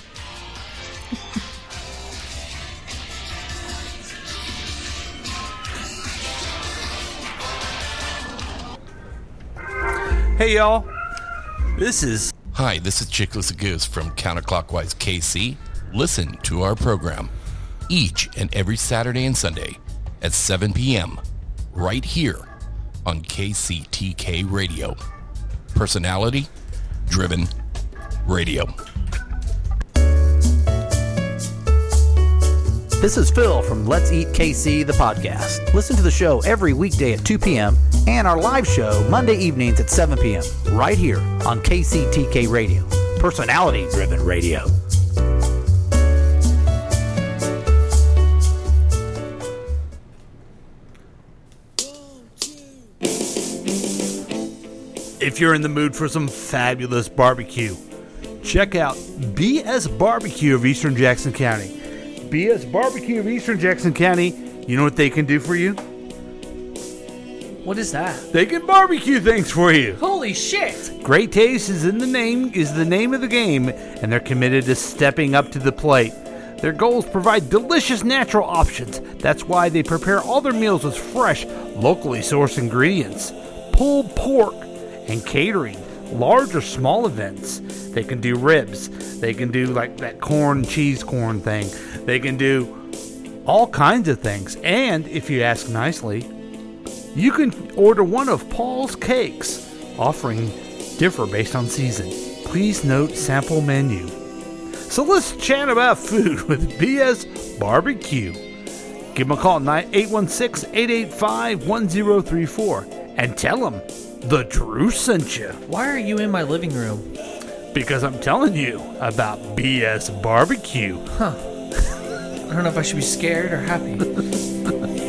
hey, y'all. This is.
Hi, this is Chickless Goose from Counterclockwise KC. Listen to our program each and every Saturday and Sunday at 7 p.m. right here on KCTK Radio. Personality driven radio.
This is Phil from Let's Eat KC, the podcast. Listen to the show every weekday at 2 p.m. and our live show Monday evenings at 7 p.m. right here on KCTK Radio, personality driven radio.
If you're in the mood for some fabulous barbecue, check out BS Barbecue of Eastern Jackson County. BS Barbecue of Eastern Jackson County, you know what they can do for you?
What is that?
They can barbecue things for you.
Holy shit!
Great taste is in the name is the name of the game, and they're committed to stepping up to the plate. Their goals provide delicious natural options. That's why they prepare all their meals with fresh, locally sourced ingredients, pulled pork, and catering, large or small events. They can do ribs. They can do like that corn cheese corn thing. They can do all kinds of things. And if you ask nicely, you can order one of Paul's cakes, offering differ based on season. Please note sample menu. So let's chat about food with BS Barbecue. Give them a call, 816 885 1034, and tell them the truth sent you.
Why are you in my living room?
Because I'm telling you about BS Barbecue.
Huh. I don't know if I should be scared or happy.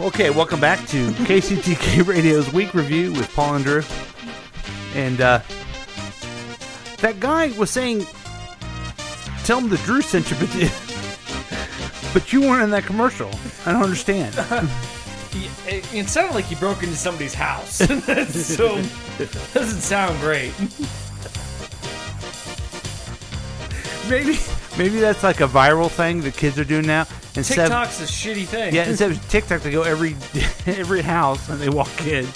Okay, welcome back to KCTK Radio's Week Review with Paul and Drew. And uh, that guy was saying, "Tell him the Drew sent you," but you, but you weren't in that commercial. I don't understand.
Y- it, it sounded like you broke into somebody's house. so doesn't sound great.
maybe maybe that's like a viral thing that kids are doing now. Instead of-
TikTok's a shitty thing.
Yeah, instead of TikTok, they go every every house and they walk in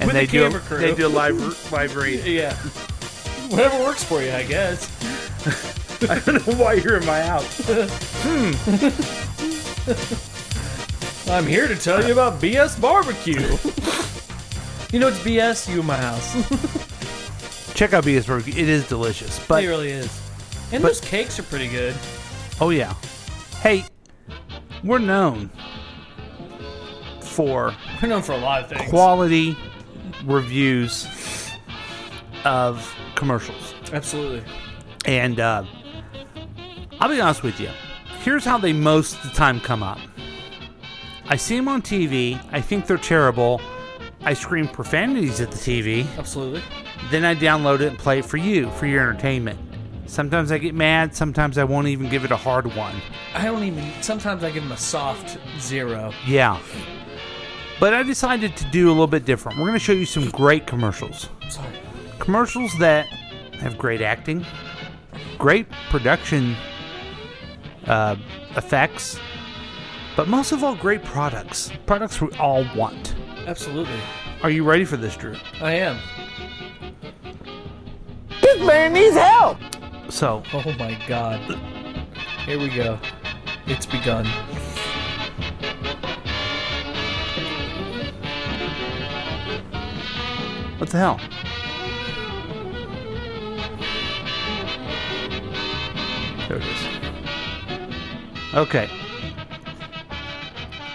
and
With
they
a
do
camera crew.
they do a live live read.
Yeah. Whatever works for you, I guess.
I don't know why you're in my house.
hmm. I'm here to tell you about BS barbecue. you know it's BS. You in my house.
Check out BS Burger. It is delicious, but
it really is. And
but-
those cakes are pretty good.
Oh yeah. Hey, we're known for
We're known for a lot of things.
quality reviews of commercials.
Absolutely.
And uh, I'll be honest with you. Here's how they most of the time come up. I see them on TV. I think they're terrible. I scream profanities at the TV.
Absolutely.
Then I download it and play it for you, for your entertainment. Sometimes I get mad. Sometimes I won't even give it a hard one.
I don't even. Sometimes I give them a soft zero.
Yeah. But I decided to do a little bit different. We're going to show you some great commercials.
Sorry.
Commercials that have great acting, great production uh, effects, but most of all, great products. Products we all want.
Absolutely.
Are you ready for this, Drew?
I am.
This man needs help! So.
Oh my god. Here we go. It's begun.
What the hell? There it is. Okay.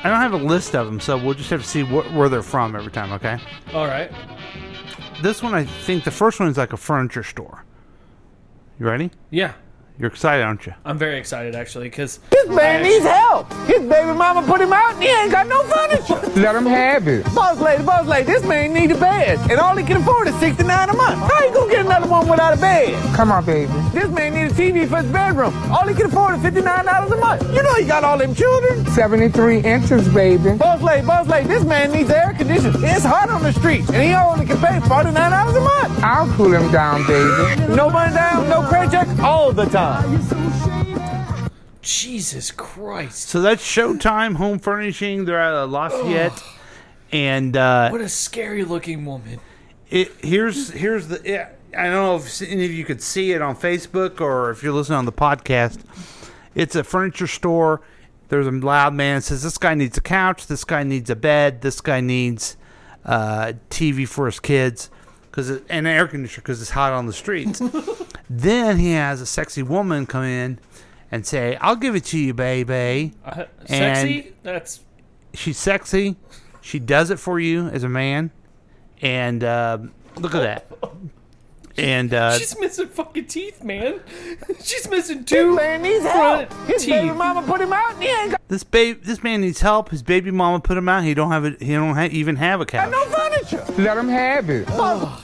I don't have a list of them, so we'll just have to see wh- where they're from every time, okay?
All right.
This one, I think the first one is like a furniture store. You ready?
Yeah.
You're excited, aren't you?
I'm very excited actually because
This man needs help. His baby mama put him out and he ain't got no furniture. Let him have it. Boss lady, boss lady, this man need a bed. And all he can afford is 69 a month. How you gonna get another one without a bed? Come on, baby. This man need a TV for his bedroom. All he can afford is $59 a month. You know he got all them children. 73 inches, baby. Boss lady, boss lady, this man needs air conditioning. It's hot on the streets and he only can pay $49 a month. I'll cool him down, baby. No money down, no credit check, all the time.
Jesus Christ.
So that's Showtime Home Furnishing. They're out of Lafayette. And uh,
What a scary looking woman.
It here's here's the yeah, I don't know if any of you could see it on Facebook or if you're listening on the podcast. It's a furniture store. There's a loud man that says this guy needs a couch, this guy needs a bed, this guy needs uh, TV for his kids because and an air conditioner because it's hot on the streets. then he has a sexy woman come in and say, "I'll give it to you, baby."
Uh,
And-
sexy? That's
she's sexy. She does it for you as a man, and uh, look at that. And uh,
she's missing fucking teeth, man. she's missing
This
two
man needs
front
help. His baby
teeth.
mama put him out and he ain't got
this babe, this man needs help. His baby mama put him out. He don't have a, He don't ha- even have a couch.
no furniture.
Let him have it.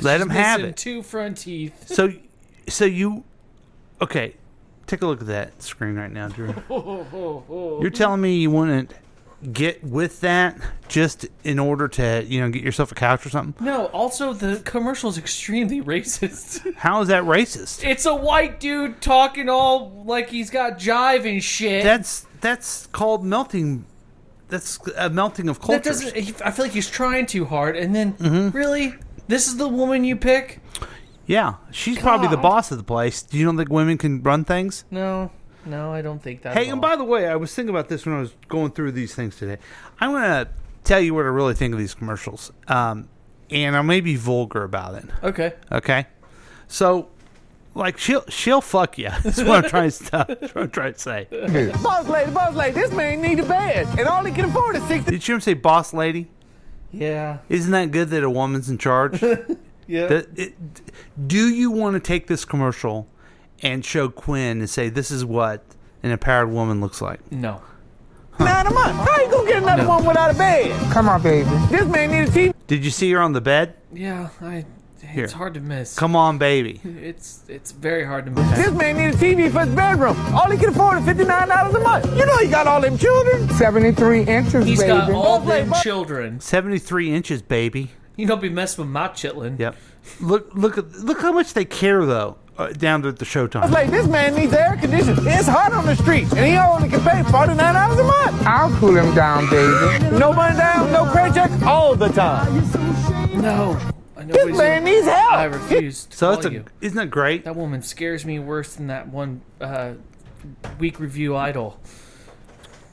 Let him have
Missing
it.
Two front teeth.
So, so you, okay? Take a look at that screen right now, Drew.
Oh, oh, oh.
You're telling me you wouldn't get with that just in order to you know get yourself a couch or something.
No, also the commercial is extremely racist.
How is that racist?
it's a white dude talking all like he's got jive and shit.
That's that's called melting. That's a melting of
that
cultures. Mm-hmm.
doesn't. he- I feel like he's trying too hard, and then really, this is the woman you pick?
Yeah, she's probably the
God.
boss of the place. Do you don't think women can run things?
No, no, I don't think that.
Hey, um and by the way, I was thinking about this when I was going through these things today. I'm going to tell you what I really think of these commercials. Um, and I may be vulgar about it.
Okay.
Okay. So, like, she'll, she'll fuck you. That's what I'm trying to, that's what I'm trying to say. Did
Boss lady, boss lady, this man need a bed, and all he can afford is sixty.
you hear him say boss lady?
Yeah.
Isn't that good that a woman's in charge?
Yeah.
That- it- do you want to take this commercial and show Quinn and say, this is what an empowered woman looks like?
No.
Nine a month. How you gonna get another
No.
one without a bed? Come on, baby. This man need a TV.
Did you see her on the bed?
Yeah, I. It's
Here.
hard to miss.
Come on, baby.
It's it's very hard to miss.
This man need a TV for his bedroom. All he can afford is fifty nine dollars a month. You know he got all them children. Seventy three inches,
He's
baby.
got all them children.
73 inches, baby.
You don't be messing with my chitlin.
Yep. Look, look, at- look how much they care though. Uh, down to the
I was
showtime.
like, this man needs air conditioning. It's hot on the streets, and he only can pay forty nine dollars a month. I'll cool him down, baby. No money down, no credit check, all the time.
No. I know
This
what he's
man
doing.
needs help.
I refuse. To
So
call
that's a-
you.
isn't that great?
That woman scares me worse than that one uh, week review idol.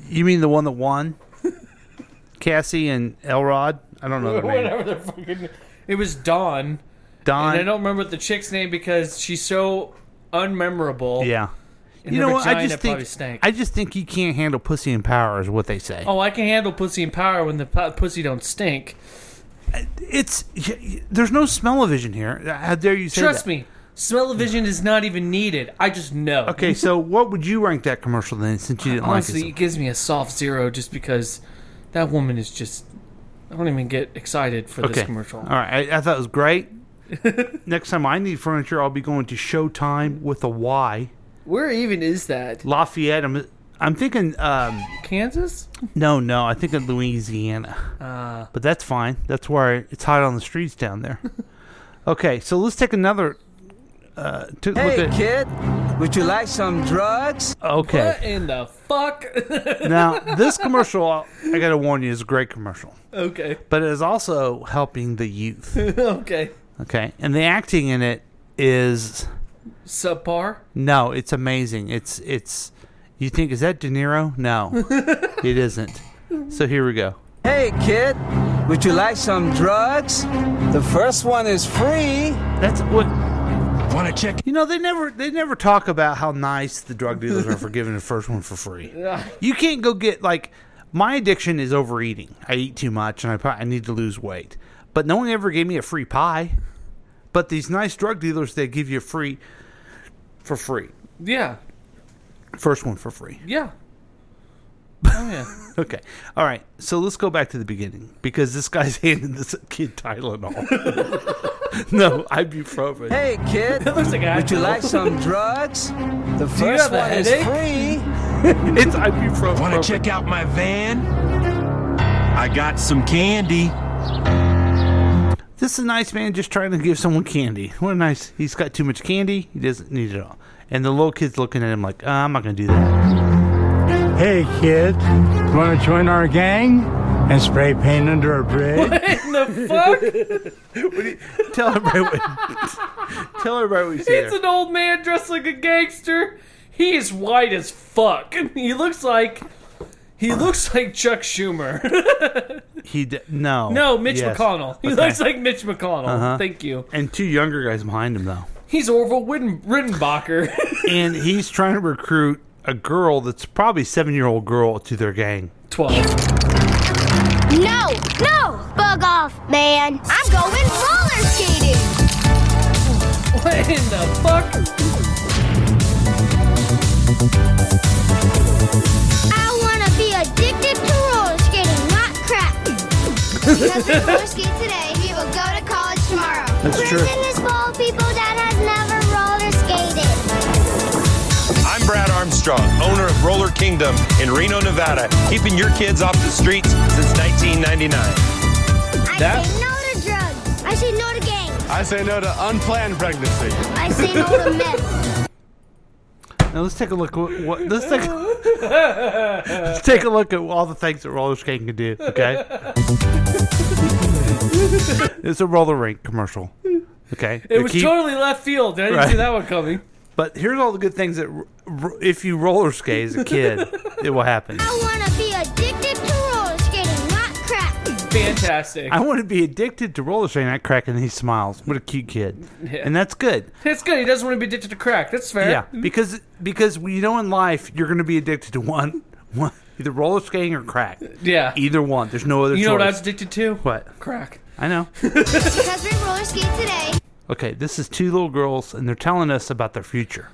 You mean the one that won? Cassie and Elrod. I don't know their name.
Whatever the fucking. It was Dawn.
Dawn.
And I don't remember the chick's name because she's so unmemorable.
Yeah.
And
you
her
know what? I
vagina
just
probably
think
stank.
I just think you can't handle pussy and power is what they say.
Oh, I can handle pussy and power when the pu- pussy don't stink.
It's y- y- there's no smell of vision here. Uh, How dare you say
Trust
that?
me, smell-o-vision is not even needed. I just know.
Okay, so what would you rank that commercial then? Since you didn't
honestly,
like
it gives me a soft zero just because that woman is just. I don't even get excited for
it, okay.
this commercial.
All right, I, I thought it was great. Next time I need furniture, I'll be going to Showtime with a Y.
Where even is that?
Lafayette. I'm, I'm thinking. Um,
Kansas?
No, no. I think of Louisiana.
Uh,
but that's fine. That's where it's hot on the streets down there. okay, so let's take another. Uh, to look
Hey,
at,
kid, would you like some drugs?
Okay.
What in the fuck?
now this commercial, I gotta warn you, is a great commercial,
Okay.
but it is also helping the youth.
okay.
Okay, and the acting in it is
Subpar?
no, it's amazing. It's it's. You think is that De Niro? No, it isn't. So here we go.
Hey, kid, would you like some drugs? The first one is free.
That's what. Want to check? You know they never they never talk about how nice the drug dealers are for giving the first one for free. You can't go get like my addiction is overeating. I eat too much and I pro- I need to lose weight. But no one ever gave me a free pie. But these nice drug dealers they give you a free for free.
Yeah.
First one for free.
Yeah. Oh, yeah.
Okay. All right. So let's go back to the beginning because this guy's handing this kid Tylenol. no, ibuprofen.
Hey, kid,
That looks like
would you
Advil.
like some drugs? The
Do you
first
have a
one is
headache?
free.
it's ibuprofen.
Want
to check out my van? I got some candy.
This is a nice man just trying to give someone candy. What a nice. He's got too much candy. He doesn't need it all. And the little kid's looking at him like, uh, I'm not going to do that.
Hey, kid, want to join our gang and spray paint under a bridge?
What in the fuck?
tell everybody what, tell everybody what you say
It's
there.
an old man dressed like a gangster. He is white as fuck. He looks like he looks like Chuck Schumer.
He d- no.
no, Mitch
Oh, Yes.
McConnell. He
Okay.
looks like Mitch McConnell.
Uh-huh.
Thank you.
And two younger guys behind him though.
He's Orville Witten- Rittenbacher.
and he's trying to recruit a girl that's probably seven year old girl to their gang.
Twelve.
No, no, bug off, man. I'm going roller skating.
What in the fuck?
I want to be addicted to roller skating, not crack. Because we roller skate today, he will go to college tomorrow.
That's true.
Prison is full of people that has never roller skated.
I'm Brad Armstrong, owner of
Roller Kingdom in Reno, Nevada, keeping your kids off the streets since 1999.
I say no to drugs. I say no to gangs.
I say no to unplanned pregnancy.
I say no to meth.
Now let's take a look. What, what let's take let's take a look at all the things that roller skating can do. Okay, it's a roller rink commercial. Okay,
It
The
was
key-
totally left field. I didn't
Right.
see that one coming.
But here's all the good things that r- r- if you roller skate as a kid, it will happen.
I wanna be addicted to roller skating, not crack.
Fantastic.
I want to be addicted to roller skating. I crack and he smiles. What a cute kid,
Yeah.
and that's good.
That's good. He doesn't want to be addicted to crack. That's fair. Mm-hmm.
Yeah, because because we know in life you're going to be addicted to one one either roller skating or crack.
Yeah.
either one. There's no other.
You know what I was
choice.
addicted to?
What?
Crack.
I know.
because we roller skate today.
Okay, this is two little girls, and they're telling us about their future.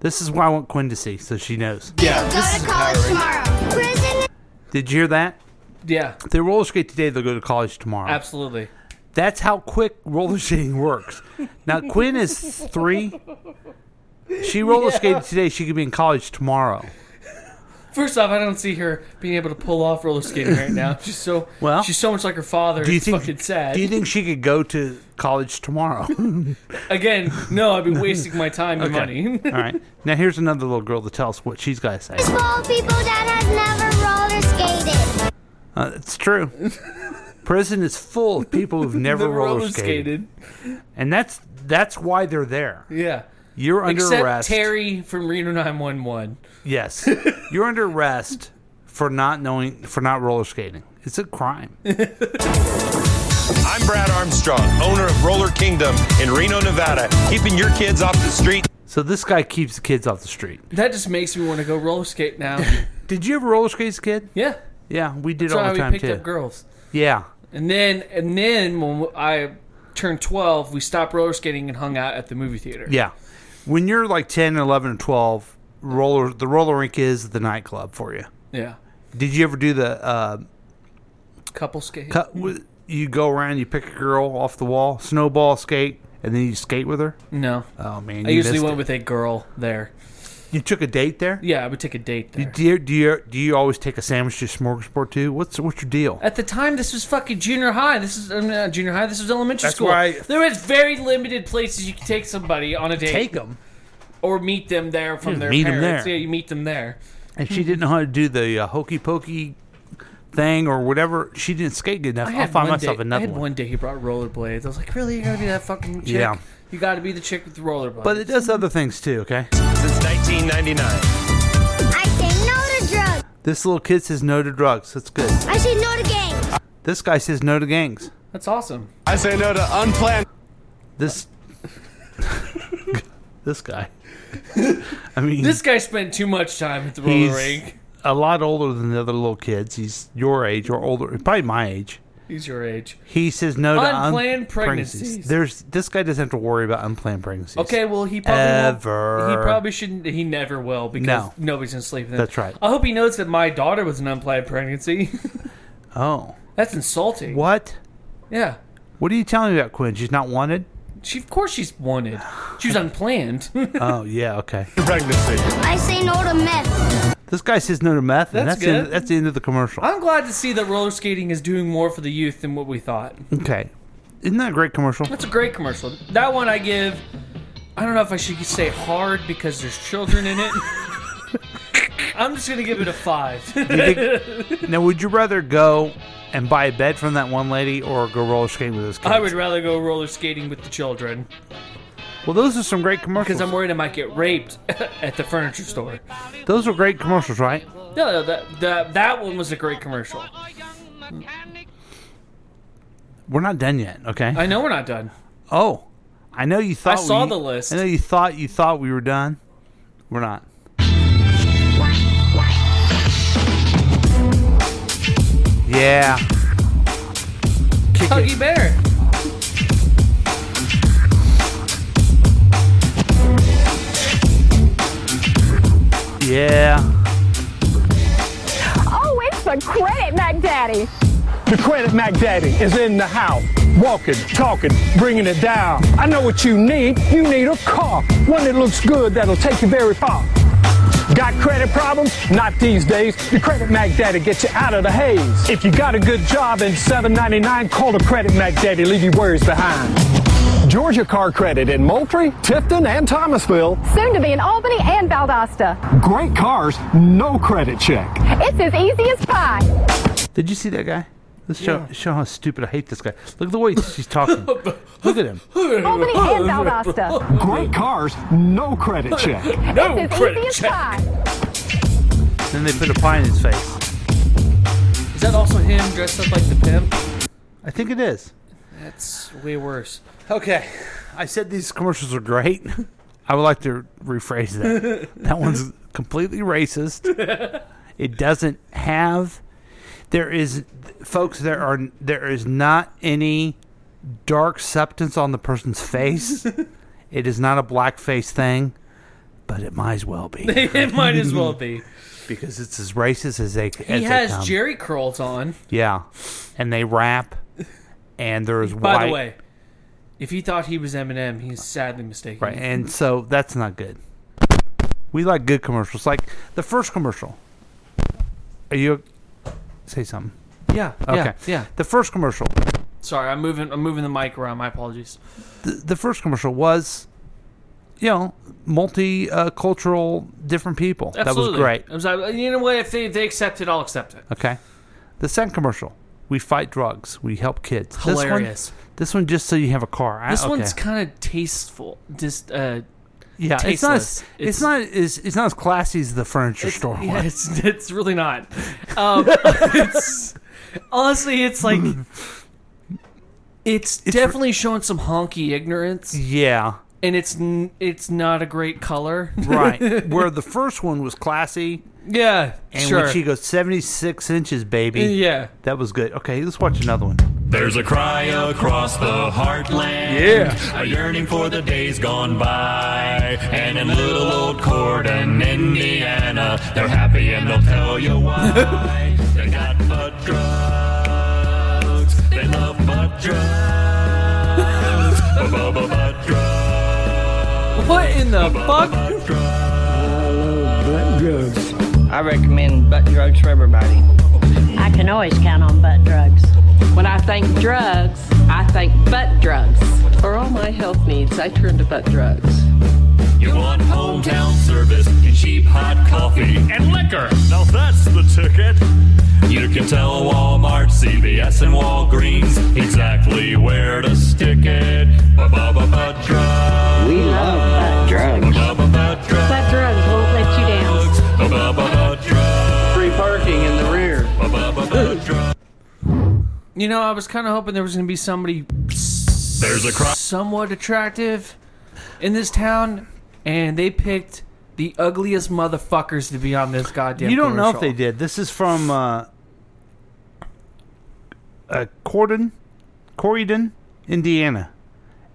This is why I want Quinn to see, so she knows.
Yeah, go to college tomorrow. Prison.
Did you hear that?
Yeah.
They roller skate today, they'll go to college tomorrow.
Absolutely.
That's how quick roller skating works. Now, Quinn is three. She roller
Yeah.
skated today, she could be in college tomorrow.
First off, I don't see her being able to pull off roller skating right now. She's so
Well,
she's so much like her father.
do you
it's
think-
fucking sad.
Do you think she could go to college tomorrow?
Again, no, I'd be wasting my time and
Okay.
money.
All right. Now, here's another little girl to tell us what she's got to say.
All people that has never roller skated.
Uh, it's true. Prison is full of people who've never
Never
roller
roller
skated. and that's that's why they're there.
Yeah.
You're under
Except
arrest.
Terry from Reno 911.
yes, you're under arrest for not knowing for not roller skating. It's a crime.
I'm Brad Armstrong, owner of Roller Kingdom in Reno, Nevada, keeping your kids off the street.
So this guy keeps the kids off the street.
That just makes me want to go roller skate now.
Did you ever roller skate as a kid?
Yeah.
Yeah, we did
That's
all
how
the
we
time
picked
too.
up girls.
Yeah.
And then and then when I turned 12, we stopped roller skating and hung out at the movie theater.
Yeah. When you're like 10, 11, and 12, roller the roller rink is the nightclub for you.
Yeah.
Did you ever do the uh,
Couple skate.
cut? w- You go around, you pick a girl off the wall, snowball skate, and then you skate with her.
No.
Oh man,
I
you
usually
missed
went
it.
with a girl there.
You took a date there?
Yeah, I would take a date there.
Do you, do you do you always take a sandwich to smorgasbord too? What's what's your deal?
At the time, this was fucking junior high. This is uh, not junior high. This was elementary
That's
school.
where I-
There was very limited places you could take somebody on a date.
Take 'em.
or meet them there from
Yeah,
their
meet 'em
parents.
there.
Yeah, you Hmm, meet them there.
And she didn't know how to do the uh, hokey pokey thing or whatever. She didn't skate good enough. I'll find
one
myself
day, I
another
had
one.
one day he brought rollerblades. I was like, really? You're gonna be that fucking chick?
Yeah.
You got to be the chick with the rollerblades.
But it does other things too. Okay.
Since 1999.
I say no to drugs.
This little kid says no to drugs. That's good.
I say no to gangs.
This guy says no to gangs.
That's awesome.
I say no to unplanned.
This this guy. I mean,
this guy spent too much time at the roller
he's
rink.
a lot older than the other little kids. He's your age or older, probably my age.
He's your age.
He says no to un-
Unplanned pregnancies.
There's this guy doesn't have to worry about unplanned pregnancies.
Okay, well he probably
Ever.
Won't, he probably shouldn't. He never will because
No.
nobody's gonna sleep with him.
That's right.
I hope he knows that my daughter was an unplanned pregnancy.
Oh,
That's insulting.
what?
Yeah.
What are you telling me about Quinn? She's not wanted.
She of course she's wanted. She was unplanned.
oh yeah, okay.
I say no to meth.
This guy says no to meth. and
That's
that's the end-
good.
that's the end of the commercial.
I'm glad to see that roller skating is doing more for the youth than what we thought.
Okay, isn't that a great commercial?
That's a great commercial. That one I give. I don't know if I should say hard because there's children in it. I'm just gonna give it a five.
now, would you rather go and buy a bed from that one lady or go roller skating with this kid?
I would rather go roller skating with the children
Well, those are some great commercials.
because I'm worried I might get raped at the furniture store.
Those are great commercials, right?
No, no, that that that one was a great commercial.
We're not done yet, okay?
I know we're not done.
oh, I know you thought
I saw
we-
the list.
I know you thought you thought we were done. We're not. Yeah. Kick it.
Huggy Bear.
Yeah.
Oh, it's the credit, Mac Daddy.
The credit Mac Daddy is in the house, walking, talking, bringing it down. I know what you need. You need a car, one that looks good that'll take you very far.
Got credit problems? Not these days. Your Credit Mag Daddy gets you out of the haze. If you got a good job in 799, call the Credit Mag Daddy, leave your worries behind. Georgia Car Credit in Moultrie, Tifton, and Thomasville.
Soon to be in Albany and Valdosta.
Great cars, no credit check.
It's as easy as pie.
Did you see that guy? Let's show, show how stupid I hate this guy. Look at the way she's talking. Look at him.
Albany and Valdosta.
Great cars, no credit check.
it's as easy as pie.
Then they put a pie in his face.
Is that also him dressed up like the pimp?
I think it is.
That's way worse.
Okay. I said these commercials are great. I would like to rephrase that. that one's completely racist. It doesn't have there is folks there are there is not any dark substance on the person's face. it is not a blackface thing, but it might as well be.
it might as well be.
because it's as racist as they as
He
they
has
come.
Jerry curls on.
Yeah. And they rap and there is
By
white
the way, if he thought he was Eminem, he's sadly mistaken.
Right, and so that's not good. We like good commercials, like the first commercial. Are you say something?
Yeah, yeah,
Okay.
yeah.
The first commercial.
Sorry, I'm moving. I'm moving the mic around. My apologies.
The, the first commercial was, you know, multi-cultural, different people.
Absolutely.
That was great.
I'm sorry. You know what? If they, if they accept it, I'll accept it.
Okay. The second commercial. We fight drugs. We help kids.
Hilarious.
This one, this one just so you have a car. I-
This
Ah, okay.
one's kind of tasteful. Just uh,
yeah. It's not. As,
tasteless.
it's, not. As, it's not as classy as the furniture store
Yeah,
one.
it's it's really not. Um, it's, honestly, it's like it's, definitely showing some honky ignorance,
Yeah.
and it's n- it's not a great color,
Right. Where the first one was classy.
yeah,
And
sure.
when she goes 76 inches, baby.
Yeah.
That was good. Okay, let's watch another one.
There's a cry across the heartland.
Yeah.
A yearning for the days gone by. And in little old Corden, Indiana, they're happy and they'll tell you why. they got butt drugs. They love butt drugs. Ba-ba-ba butt drugs.
What in the
Ba-ba-ba
fuck?
butt drugs.
Butt drugs. I recommend butt drugs for everybody.
I can always count on butt drugs. When I think drugs, I think butt drugs. For all my health needs, I turn to butt drugs.
You want hometown service and cheap hot coffee and liquor. Now that's the ticket. You can tell Walmart, CVS, and Walgreens exactly where to stick it. Ba-ba-ba-ba drugs. We love drugs. Ba-ba-ba-ba drugs.
Butt drugs won't let you down.
Ba-ba-ba-ba drugs.
Free parking in the rear.
Ba-ba-ba-ba drugs.
You know, I was kind of hoping there was going to be somebody there's
a cry-
somewhat attractive in this town, and they picked the ugliest motherfuckers to be on this goddamn.
you don't know if
commercial.
they did. This is from uh, uh, Corden, Corydon, Indiana.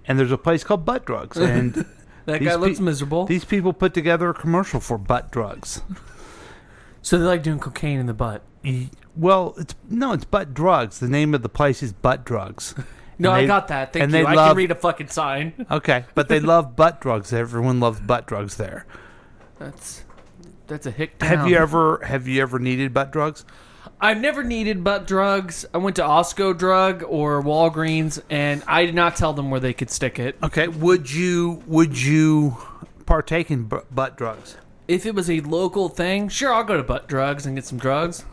And there's a place called Butt Drugs. And
That
these
guy looks miserable.
These people put together a commercial for butt drugs.
So they like doing cocaine in the butt.
Well, it's no, it's butt drugs. The name of the place is Butt Drugs.
No,
And
I
they-
got that. Thank
and
you.
They
I
love, Oh.
can read a fucking sign.
Okay, but they love butt drugs. Everyone loves butt drugs there.
That's that's a hick.
Have you
town.
ever have you ever needed butt drugs?
I've never needed butt drugs. I went to Osco Drug or Walgreens, and I did not tell them where they could stick it.
Okay, would you would you partake in bu- butt drugs?
If it was a local thing, sure, I'll go to butt drugs and get some drugs.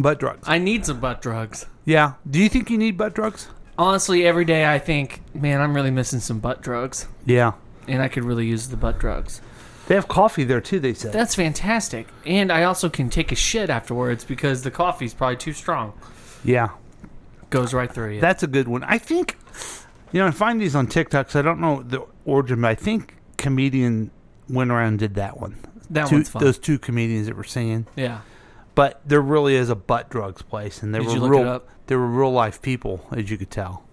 Butt drugs.
I need some butt drugs.
Yeah. Do you think you need butt drugs?
Honestly, every day I think, man, I'm really missing some butt drugs,
Yeah.
and I could really use the butt drugs.
They have coffee there too. They said.
That's fantastic, and I also can take a shit afterwards because the coffee's probably too strong.
yeah.
Goes right through you.
That's a good one. I think, you know, I find these on TikTok, so I don't know the origin, but I think comedian went around and did that one.
That
two,
one's fun.
Those two comedians that were singing.
Yeah.
But there really is a butt drugs place, and there
Did
were
you look
real,
it up?
there were real life people, as you could tell.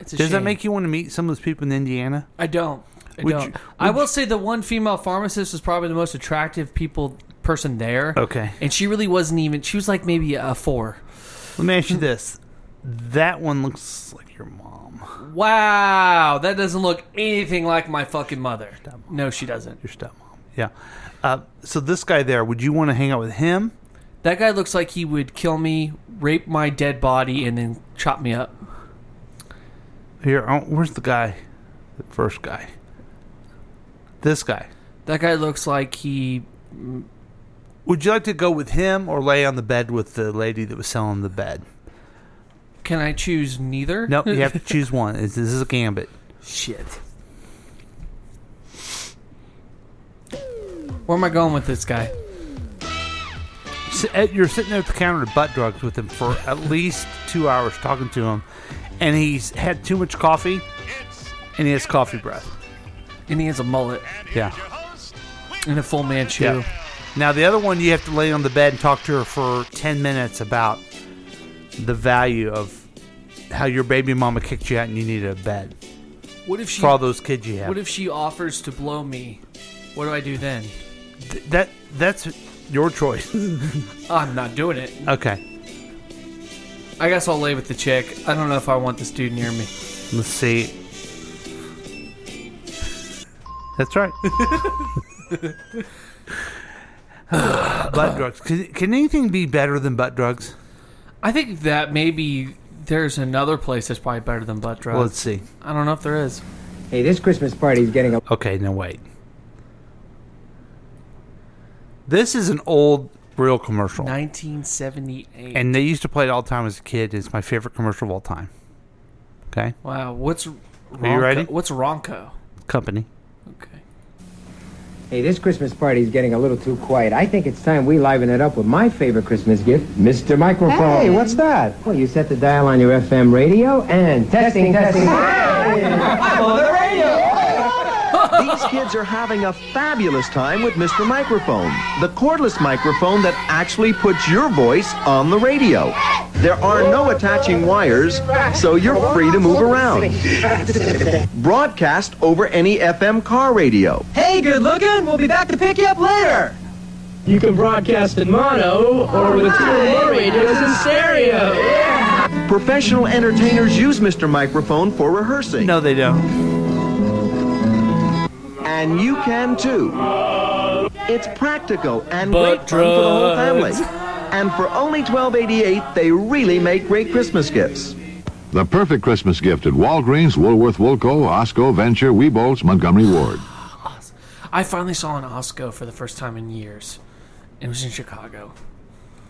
It's a
Does that
shame.
make you want to meet some of those people in Indiana?
I don't. I
Would
don't.
you-
I
would
will say the one female pharmacist was probably the most attractive people person there.
Okay.
And she really wasn't even. She was like maybe a four.
Let me ask you this: That one looks like your mom.
Wow, that doesn't look anything like my fucking mother. No, she doesn't.
Your stepmom. Yeah. Uh, so this guy there, would you want to hang out with him?
That guy looks like he would kill me, rape my dead body, and then chop me up.
Here, oh, where's the guy? The first guy. This guy.
That guy looks like he. mm.
Would you like to go with him or lay on the bed with the lady that was selling the bed?
Can I choose neither?
Nope, you have to choose one. It's- This is a gambit.
Shit. Where am I going with this guy?
S- at- You're sitting at the counter to butt drugs with him for at least two hours talking to him, and he's had too much coffee, and he has coffee breath.
And he has a mullet.
Yeah.
And a full Manchu.
Now, the other one, you have to lay on the bed and talk to her for 10 minutes about the value of how your baby mama kicked you out and you need a bed
What if she?
for all those kids you have.
What if she offers to blow me? What do I do then?
Th- that That's your choice.
I'm not doing it.
okay.
I guess I'll lay with the chick. I don't know if I want this dude near me.
Let's see. That's right. butt drugs. Can, can anything be better than butt drugs?
I think that maybe there's another place that's probably better than butt drugs.
Let's see.
I don't know if there is.
Hey, this Christmas party's getting a.
Okay, now wait. This is an old real commercial,
1978.
and they used to play it all the time as a kid. It's my favorite commercial of all time. Okay,
wow, what's
you
Ronco?
ready?
What's Ronco?
company.
Hey, this Christmas party's getting a little too quiet. I think it's time we liven it up with my favorite Christmas gift, Mr. Microphone.
Hey, what's
that? Well, you set the dial on your FM radio and testing, testing.
I'm on the
radio. These kids are having a fabulous time with Mr. Microphone, the cordless microphone that actually puts your voice on the radio. There are no attaching wires, so you're free to move around. Broadcast over any FM car radio.
Hey, good looking. We'll be back to pick you up later. You can broadcast in mono or with two or more radios in stereo.
Professional entertainers use Mr. Microphone for rehearsing. No,
they don't.
And you can too. It's practical and
Butt
great fun for the whole family.
drugs.
And for only $12.88, they really make great Christmas gifts.
The perfect Christmas gift at Walgreens, Woolworth, Woolco, Osco, Venture, Weebolts, Montgomery Ward.
I finally saw an Osco for the first time in years. It was in Chicago.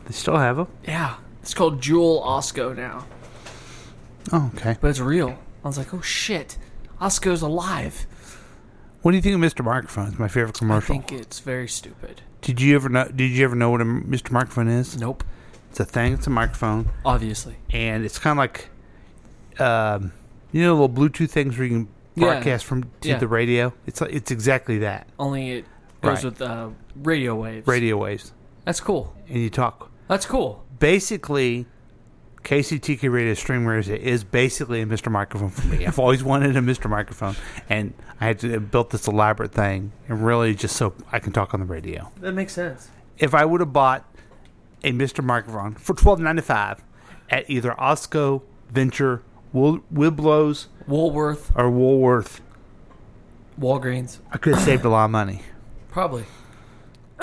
They still have them.
Yeah, it's called Jewel Osco now,
Oh, okay.
but it's real. I was like, oh shit, Osco's alive.
What do you think of Mr. Microphone? It's my favorite commercial.
I think it's very stupid.
Did you ever know? Did you ever know what a m- Mr. Microphone is?
Nope.
It's a thing. It's a microphone.
Obviously.
And it's kind of like, um, you know, little Bluetooth things where you can
Yeah.
broadcast from to
Yeah.
the radio. It's like, it's exactly that.
Only it goes
Right.
with uh, radio waves.
Radio waves,
That's cool.
and you talk.
That's cool.
Basically, KCTK Radio Stream Radio is basically a Mr. Microphone for me. I've always wanted a Mr. Microphone, and I had to I built this elaborate thing, and really just so I can talk on the radio.
That makes sense.
if I would have bought a Mr. Microphone for twelve ninety five at either Osco, Venture, Wool Wiblows,
Woolworth,
or Woolworth,
Walgreens.
I could have saved a lot of money.
Probably.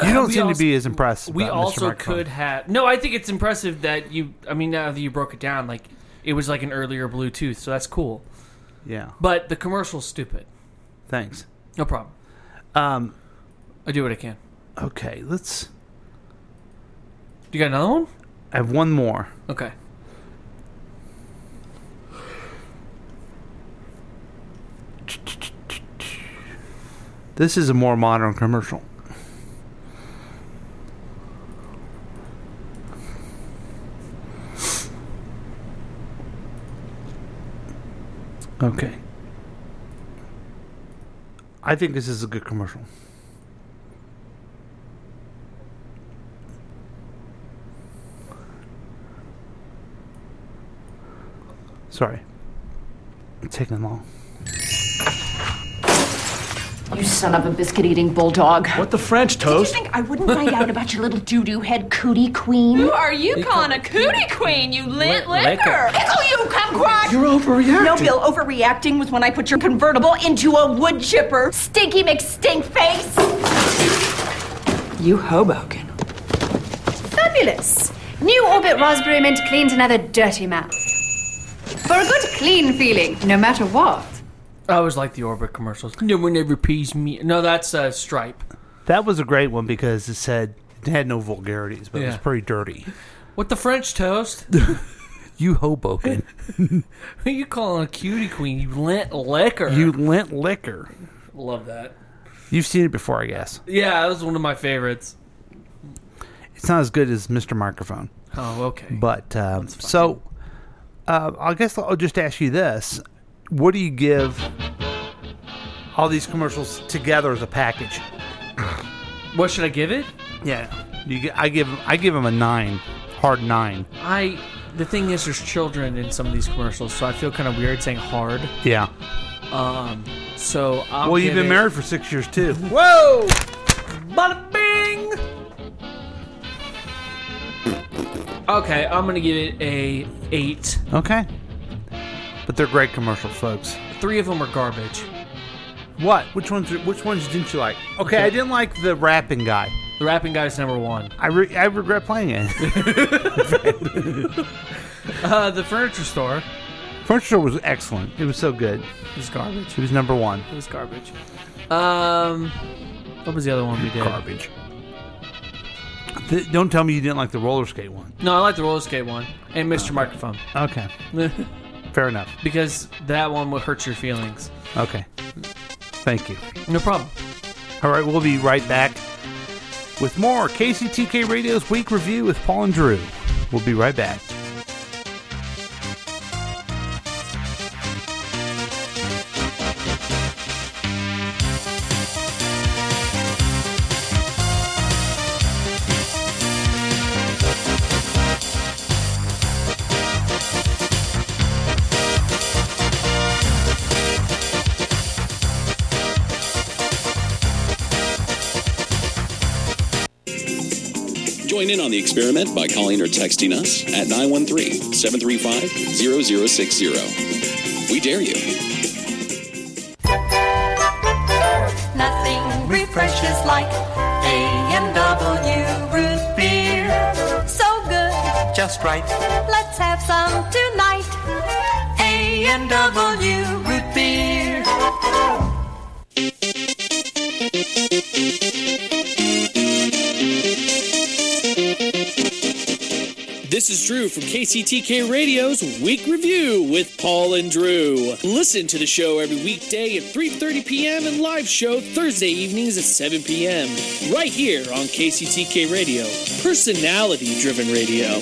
You don't
We
seem
also-
to be as impressed.
We
about Mr.
also
Microphone.
could have. No, I think it's impressive that you. I mean, now that you broke it down, like it was like an earlier Bluetooth, so that's cool.
Yeah.
But the commercial's stupid.
Thanks.
No problem.
Um,
I do what I can.
Okay, let's.
You got another one?
I have one more.
Okay.
This is a more modern commercial. Okay. I think this is a good commercial. Sorry. It's taking long.
You son of a biscuit eating bulldog.
What the French toast?
Did you think I wouldn't find out about your little doo doo head cootie queen?
Who are you calling a cootie queen, you lint licker?
Pickle you, kumquat!
You're overreacting.
No, Bill, overreacting was when I put your convertible into a wood chipper. Stinky McStink face!
You Hoboken.
Fabulous! New Orbit Raspberry Mint cleans another dirty mouth. For a good clean feeling, no matter what.
I always like the Orbit commercials. No one ever pees me. No, that's uh, Stripe.
That was a great one because it said it had no vulgarities, but it was
Yeah.
pretty dirty.
What the French toast?
You Hoboken. you
Who you calling a cutie queen? You lint licker.
lint liquor.
Love that.
You've seen it before, I guess.
Yeah, that was one of my favorites.
It's not as good as Mr. Microphone.
Oh, okay.
But um, so, uh, I guess I'll just ask you this: What do you give all these commercials together as a package?
What should I give it?
Yeah, you, gi- I give I give them a nine, hard nine.
I. The thing is, there's children in some of these commercials, so I feel kind of weird saying hard.
Yeah.
Um. So. I'll
well, you've
give
been
it-
married for six years too.
Whoa! Bada bing! Okay, I'm gonna give it a eight.
Okay. But they're great commercials, folks.
Three of them are garbage.
What? Which ones? Which ones didn't you like? Okay, I didn't like the rapping guy.
The rapping guy is number one.
I re- I regret playing it.
Uh, the furniture store
Furniture was excellent. It was so good. It
was garbage.
It was number one.
it was garbage. Um, what was the other one we did?
Garbage. Th- don't tell me you didn't like the roller skate one.
No, I like the roller skate one and Mr. Microphone
Okay. Fair enough.
because that one will hurt your feelings.
Okay. Thank you.
No problem.
All right, we'll be right back with more KCTK Radio's Week Review with Paul and Drew. We'll be right back.
Join in on the experiment by calling or texting us at 913 735 0060. We dare you.
Nothing refreshes like A&W root beer. So good, just right. Let's have some tonight. A&W root beer.
This is Drew from KCTK Radio's Week Review with Paul and Drew. Listen to the show every weekday at 3:30 p.m. and live show Thursday evenings at 7 p.m. right here on KCTK Radio, personality-driven radio.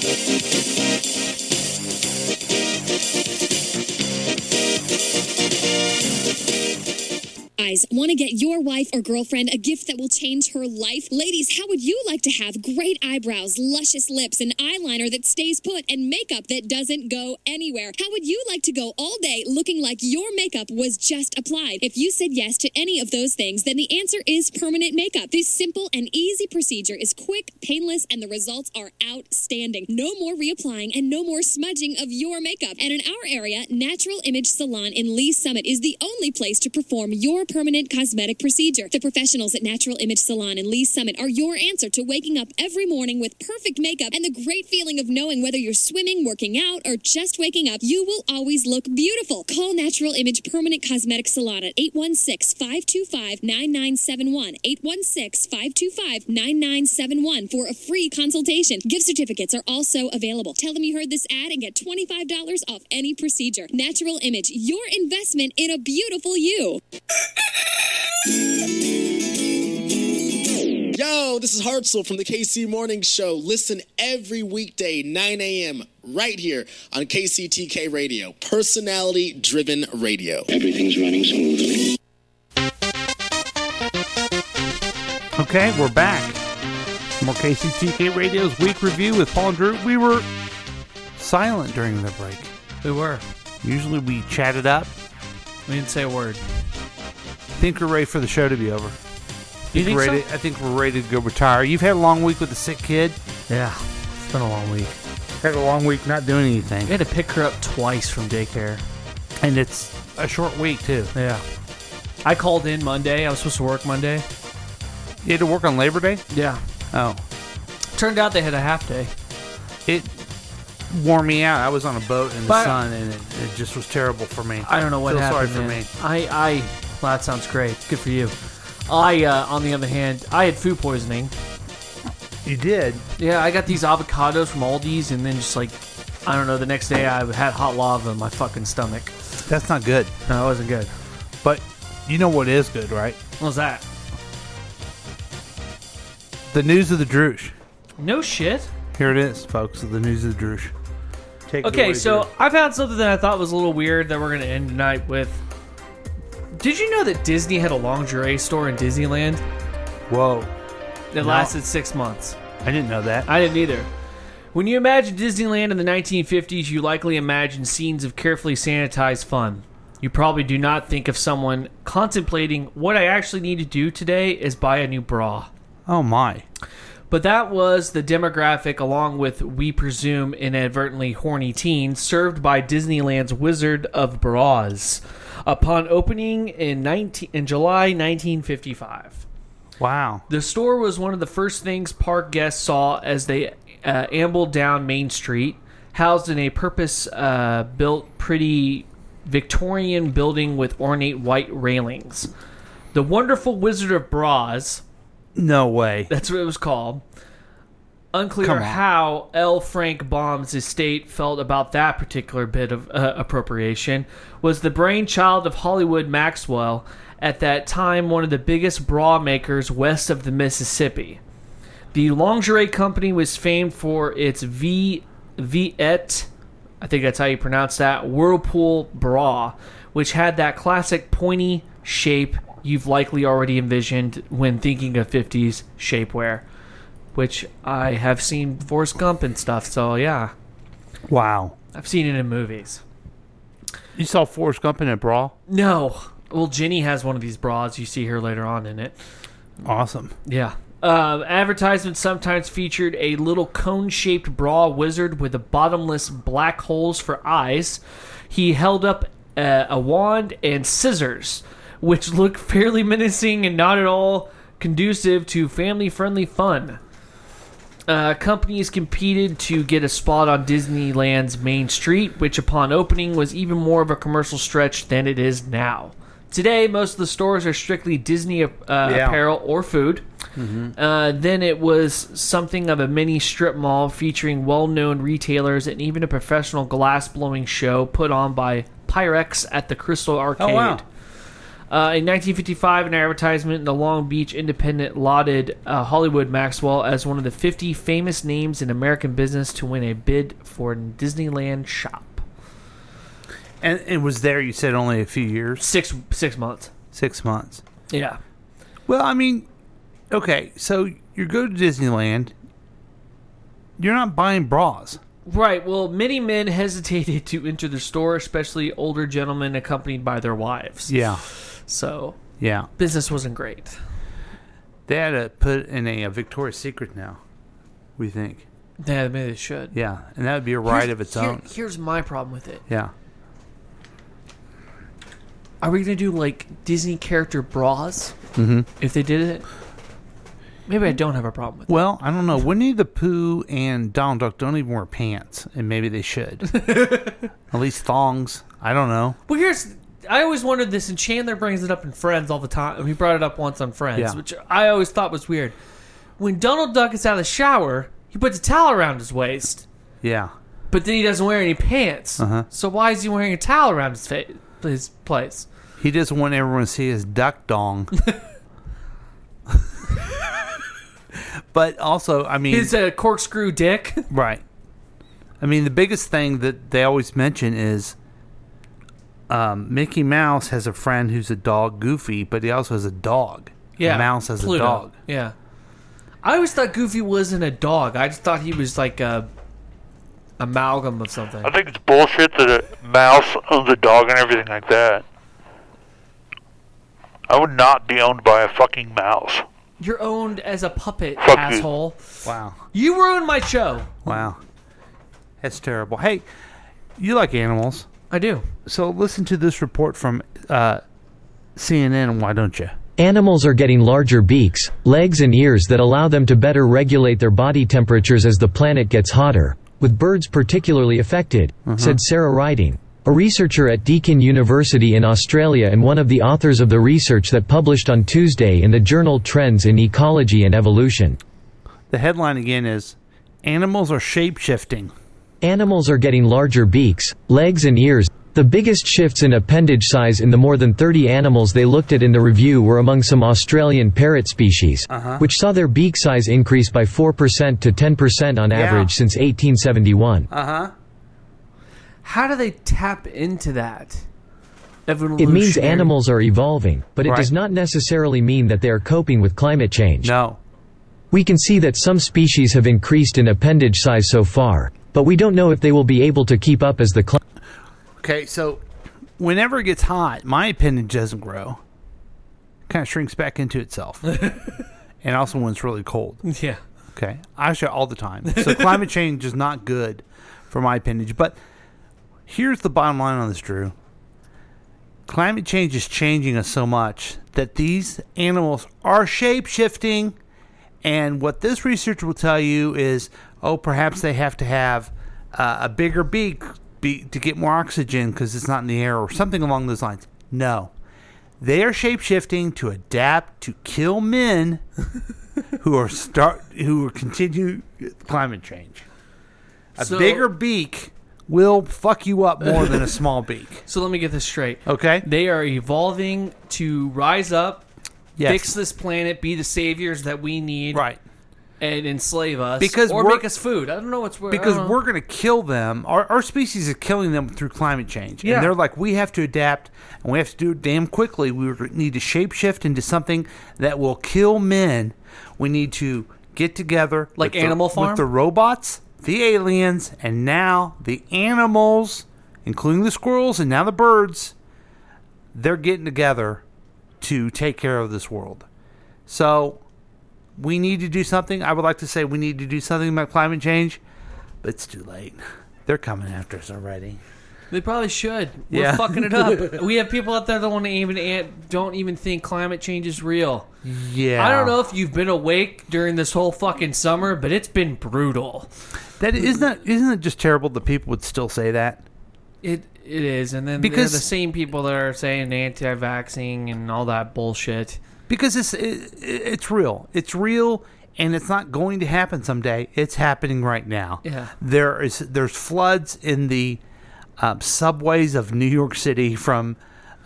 Guys, want to get your wife or girlfriend a gift that will change her life? Ladies, how would you like to have great eyebrows, luscious lips, an eyeliner that stays put, and makeup that doesn't go anywhere? How would you like to go all day looking like your makeup was just applied? If you said yes to any of those things, then the answer is permanent makeup. This simple and easy procedure is quick, painless, and the results are outstanding. No more reapplying and no more smudging of your makeup. And in our area, Natural Image Salon in Lee Summit is the only place to perform your permanent cosmetic procedure. The professionals at Natural Image Salon in Lee Summit are your answer to waking up every morning with perfect makeup and the great feeling of knowing whether you're swimming, working out, or just waking up, you will always look beautiful. Call Natural Image Permanent Cosmetic Salon at 816 525 9971. 816 525 9971 for a free consultation. Gift certificates are also available. Tell them you heard this ad and get $25 off any procedure. Natural Image, your investment in a beautiful you.
Yo, this is Hartzell from the KC Morning Show. Listen every weekday, 9 a.m., right here on KCTK Radio, personality driven radio. Everything's running smoothly.
Okay, we're back. More KCTK Radio's Week Review with Paul and Drew. We were silent during the break.
We were.
Usually we chatted up.
We didn't say a word.
think we're ready for the show to be over.
You think
we're
so?
ready, I think we're ready to go retire. You've had a long week with the sick kid.
Yeah,
it's been a long week. Had a long week not doing anything.
We had to pick her up twice from daycare.
And it's a short week, too.
Yeah. I called in Monday. I was supposed to work Monday.
You had to work on Labor Day?
Yeah.
Oh.
Turned out they had a half day.
It wore me out. I was on a boat in the
But-
sun, and it, it just was terrible for me.
I don't know what
Feel
happened.
sorry for
man. I,
me.
I, well, that sounds great. Good for you. I, uh, on the other hand, I had food poisoning.
You did?
Yeah, I got these avocados from Aldi's, and then just like, I don't know, the next day I had hot lava in my fucking stomach.
That's not good.
No, it wasn't good.
But you know what is good, right?
What was that?
The news of the Droosh.
No shit.
Here it is, folks. The news of the Droosh. Take it
Okay,
away,
so
Drew.
I found something that I thought was a little weird that we're going to end tonight with. Did you know that Disney had a lingerie store in Disneyland?
Whoa.
That
No.
lasted six months.
I didn't know that.
I didn't either. When you imagine Disneyland in the 1950s, you likely imagine scenes of carefully sanitized fun. You probably do not think of someone contemplating what I actually need to do today is buy a new bra.
Oh my.
But that was the demographic, along with, we presume, inadvertently horny teens, served by Disneyland's Wizard of Bras upon opening in, 19, in July 1955.
Wow.
The store was one of the first things park guests saw as they uh, ambled down Main Street, housed in a purpose uh, built, pretty Victorian building with ornate white railings. The Wonderful Wizard of Bras.
No way.
That's what it was called.
Come
Unclear
on.
how L. Frank Baum's estate felt about that particular bit of uh, appropriation. Was the brainchild of Hollywood Maxwell, at that time one of the biggest bra makers west of the Mississippi. The lingerie company was famed for its V Viet, I think that's how you pronounce that, whirlpool bra, which had that classic pointy shape you've likely already envisioned when thinking of 50s shapewear, which I have seen Forrest Gump and stuff, so yeah.
Wow.
I've seen it in movies.
You saw Forrest Gump in a bra?
No. Well, Jenny has one of these bras you see her later on in it.
Awesome.
Yeah. Um, advertisements sometimes featured a little cone shaped bra wizard with a bottomless black holes for eyes. He held up uh, a wand and scissors, which looked fairly menacing and not at all conducive to family friendly fun. Uh, companies competed to get a spot on Disneyland's Main Street, which upon opening was even more of a commercial stretch than it is now. Today, most of the stores are strictly Disney uh, apparel or food. Uh, then it was something of a mini strip mall featuring well known retailers and even a professional glass blowing show put on by Pyrex at the Crystal Arcade.
Oh, wow.
Uh, in 1955, an advertisement in the Long Beach Independent lauded uh, Hollywood Maxwell as one of the 50 famous names in American business to win a bid for a Disneyland shop.
And it was there, you said, only a few years?
Six six months.
Six months.
Yeah.
Well, I mean, okay, so you go to Disneyland, you're not buying bras.
Right. Well, many men hesitated to enter the store, especially older gentlemen accompanied by their wives.
Yeah.
So
Yeah.
business wasn't great.
They had to put in a, uh Victoria's Secret now, we think.
Yeah, maybe they should.
Yeah, and that would be a ride
Here's-
of its
here-
own.
Here's my problem with it.
Yeah.
Are we gonna do like Disney character bras?
Mhm.
If they did it, maybe I don't have a problem with it.
Well, I don't know. Winnie the Pooh and Donald Duck don't even wear pants, and maybe they should. At least thongs. I don't know.
Well, here's I always wondered this, and Chandler brings it up in Friends all the time. He brought it up once on Friends,
Yeah.
which I always thought was weird. When Donald Duck is out of the shower, he puts a towel around his waist,
Yeah.
but then he doesn't wear any pants.
Uh-huh.
So why is he wearing a towel around his face? His place.
He doesn't want everyone to see his duck dong. but also, I mean,
His uh, corkscrew dick.
right. I mean, the biggest thing that they always mention is um, Mickey Mouse has a friend who's a dog, Goofy, but he also has a dog.
Yeah,
Mouse has
Pluto.
a dog.
Yeah, I always thought Goofy wasn't a dog. I just thought he was like a amalgam of something.
I think it's bullshit that a mouse owns a dog and everything like that. I would not be owned by a fucking mouse.
You're owned as a puppet,
Fuck you.
asshole.
Wow.
You ruined my show.
Wow. That's terrible. Hey, you like animals.
I do.
So listen to this report from uh, CNN, why don't you?
Animals are getting larger beaks, legs, and ears that allow them to better regulate their body temperatures as the planet gets hotter, with birds particularly affected, said Sarah Riding, a researcher at Deakin University in Australia and one of the authors of the research that published on Tuesday in the journal Trends in Ecology and Evolution.
The headline again is Animals are shape shifting.
Animals are getting larger beaks, legs, and ears. The biggest shifts in appendage size in the more than 30 animals they looked at in the review were among some Australian parrot species,
Uh-huh.
which saw their beak size increase by 4% to 10% on
Yeah.
average since 1871.
Uh
Uh-huh.
huh. How do they tap into that?
It means
Evolutionary-
animals are evolving, but it does not necessarily mean that they are coping with climate change.
No.
We can see that some species have increased in appendage size so far, but we don't know if they will be able to keep up as the climate.
Okay, so whenever it gets hot, my appendage doesn't grow. kind of shrinks back into itself. and also when it's really cold.
Yeah.
Okay. I shout all the time. So climate change is not good for my appendage. But here's the bottom line on this, Drew. Climate change is changing us so much that these animals are shape shifting. And what this research will tell you is oh, perhaps they have to have uh, a bigger beak be, to get more oxygen because it's not in the air or something along those lines. No. They are shape shifting to adapt to kill men who are start who are continue climate change. A
So-
bigger beak will fuck you up more than a small beak.
So let me get this straight.
Okay.
They are evolving to rise up,
Yes.
fix this planet, be the saviors that we need,
right?
And enslave us
Because
or
we're-
make us food. I don't know what's where. oh.
Because we're going to kill them. Our, our species is killing them through climate change.
Yeah.
And they're like, we have to adapt and we have to do it damn quickly. We need to shapeshift into something that will kill men. We need to get together
Like
with the-
Animal Farm?
with the robots, the aliens, and now the animals, including the squirrels and now the birds. They're getting together to take care of this world. So we need to do something. I would like to say we need to do something about climate change, but it's too late. They're coming after us already.
They probably should. We're
Yeah.
fucking it up. we have people out there that want to even ant- don't even think climate change is real.
Yeah.
I don't know if you've been awake during this whole fucking summer, but it's been brutal.
That isn't that, isn't it just terrible that people would still say that?
It it is, and then because
Because-
the same people that are saying anti-vaxxing and all that bullshit.
Because it's it, it's real. It's real and it's not going to happen someday. It's happening right now.
Yeah.
There is there's floods in the um, subways of New York City from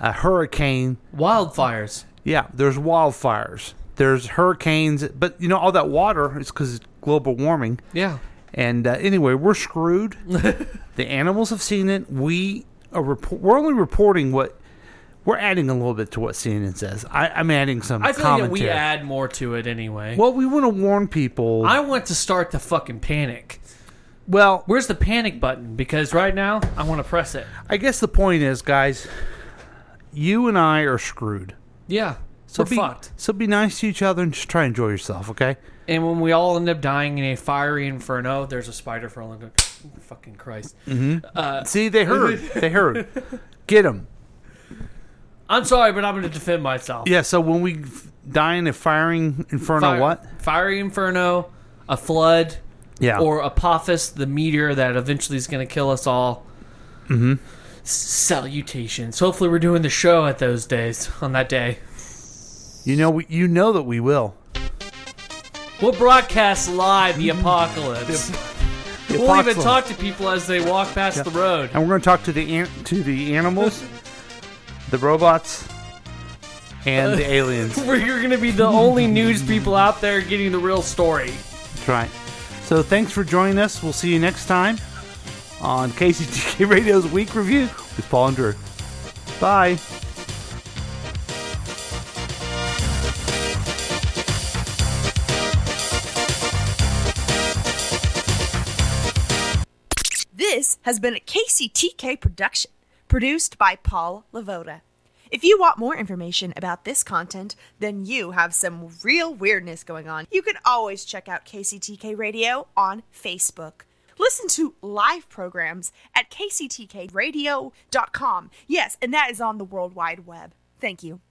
a hurricane
wildfires.
Yeah, there's wildfires. There's hurricanes, but you know all that water is because it's global warming.
Yeah.
And uh, anyway, we're screwed. the animals have seen it. We are report- we're only reporting what we're adding a little bit to what CNN says. I, I'm adding some
I feel like
commentary.
we add more to it anyway.
well, we want to warn people.
I want to start the fucking panic.
Well,
where's the panic button? Because right now I want to press it.
I guess the point is, guys, you and I are screwed.
Yeah,
So
we're
be
fucked.
so be nice to each other and just try and enjoy yourself. Okay.
And when we all end up dying in a fiery inferno, there's a spider for all Fucking Christ!
Mm-hmm.
Uh,
See, they heard. they heard. Get them.
I'm sorry, but I'm going to defend myself.
Yeah, so when we f- die in a firing inferno,
Fire-
what?
Fiery inferno, a flood,
Yeah.
or Apophis, the meteor that eventually is going to kill us all.
Mm-hmm.
Salutations. Hopefully, we're doing the show at those days on that day.
You know, we, you know that we will.
We'll broadcast live the apocalypse.
the
we'll even
apocalypse.
talk to people as they walk past
Yeah.
the road.
And we're going to talk to the an- to the animals, the robots, and the aliens.
We're going to be the only news people out there getting the real story.
That's right. So thanks for joining us. We'll see you next time on KCTK Radio's Week Review with Paul and Drew. Bye.
This has been a KCTK production, produced by Paul Lavoda.
If you want more information about this content, then you have some real weirdness going on. You can always check out KCTK Radio on Facebook. Listen to live programs at kctkradio.com. Yes, and that is on the World Wide Web. Thank you.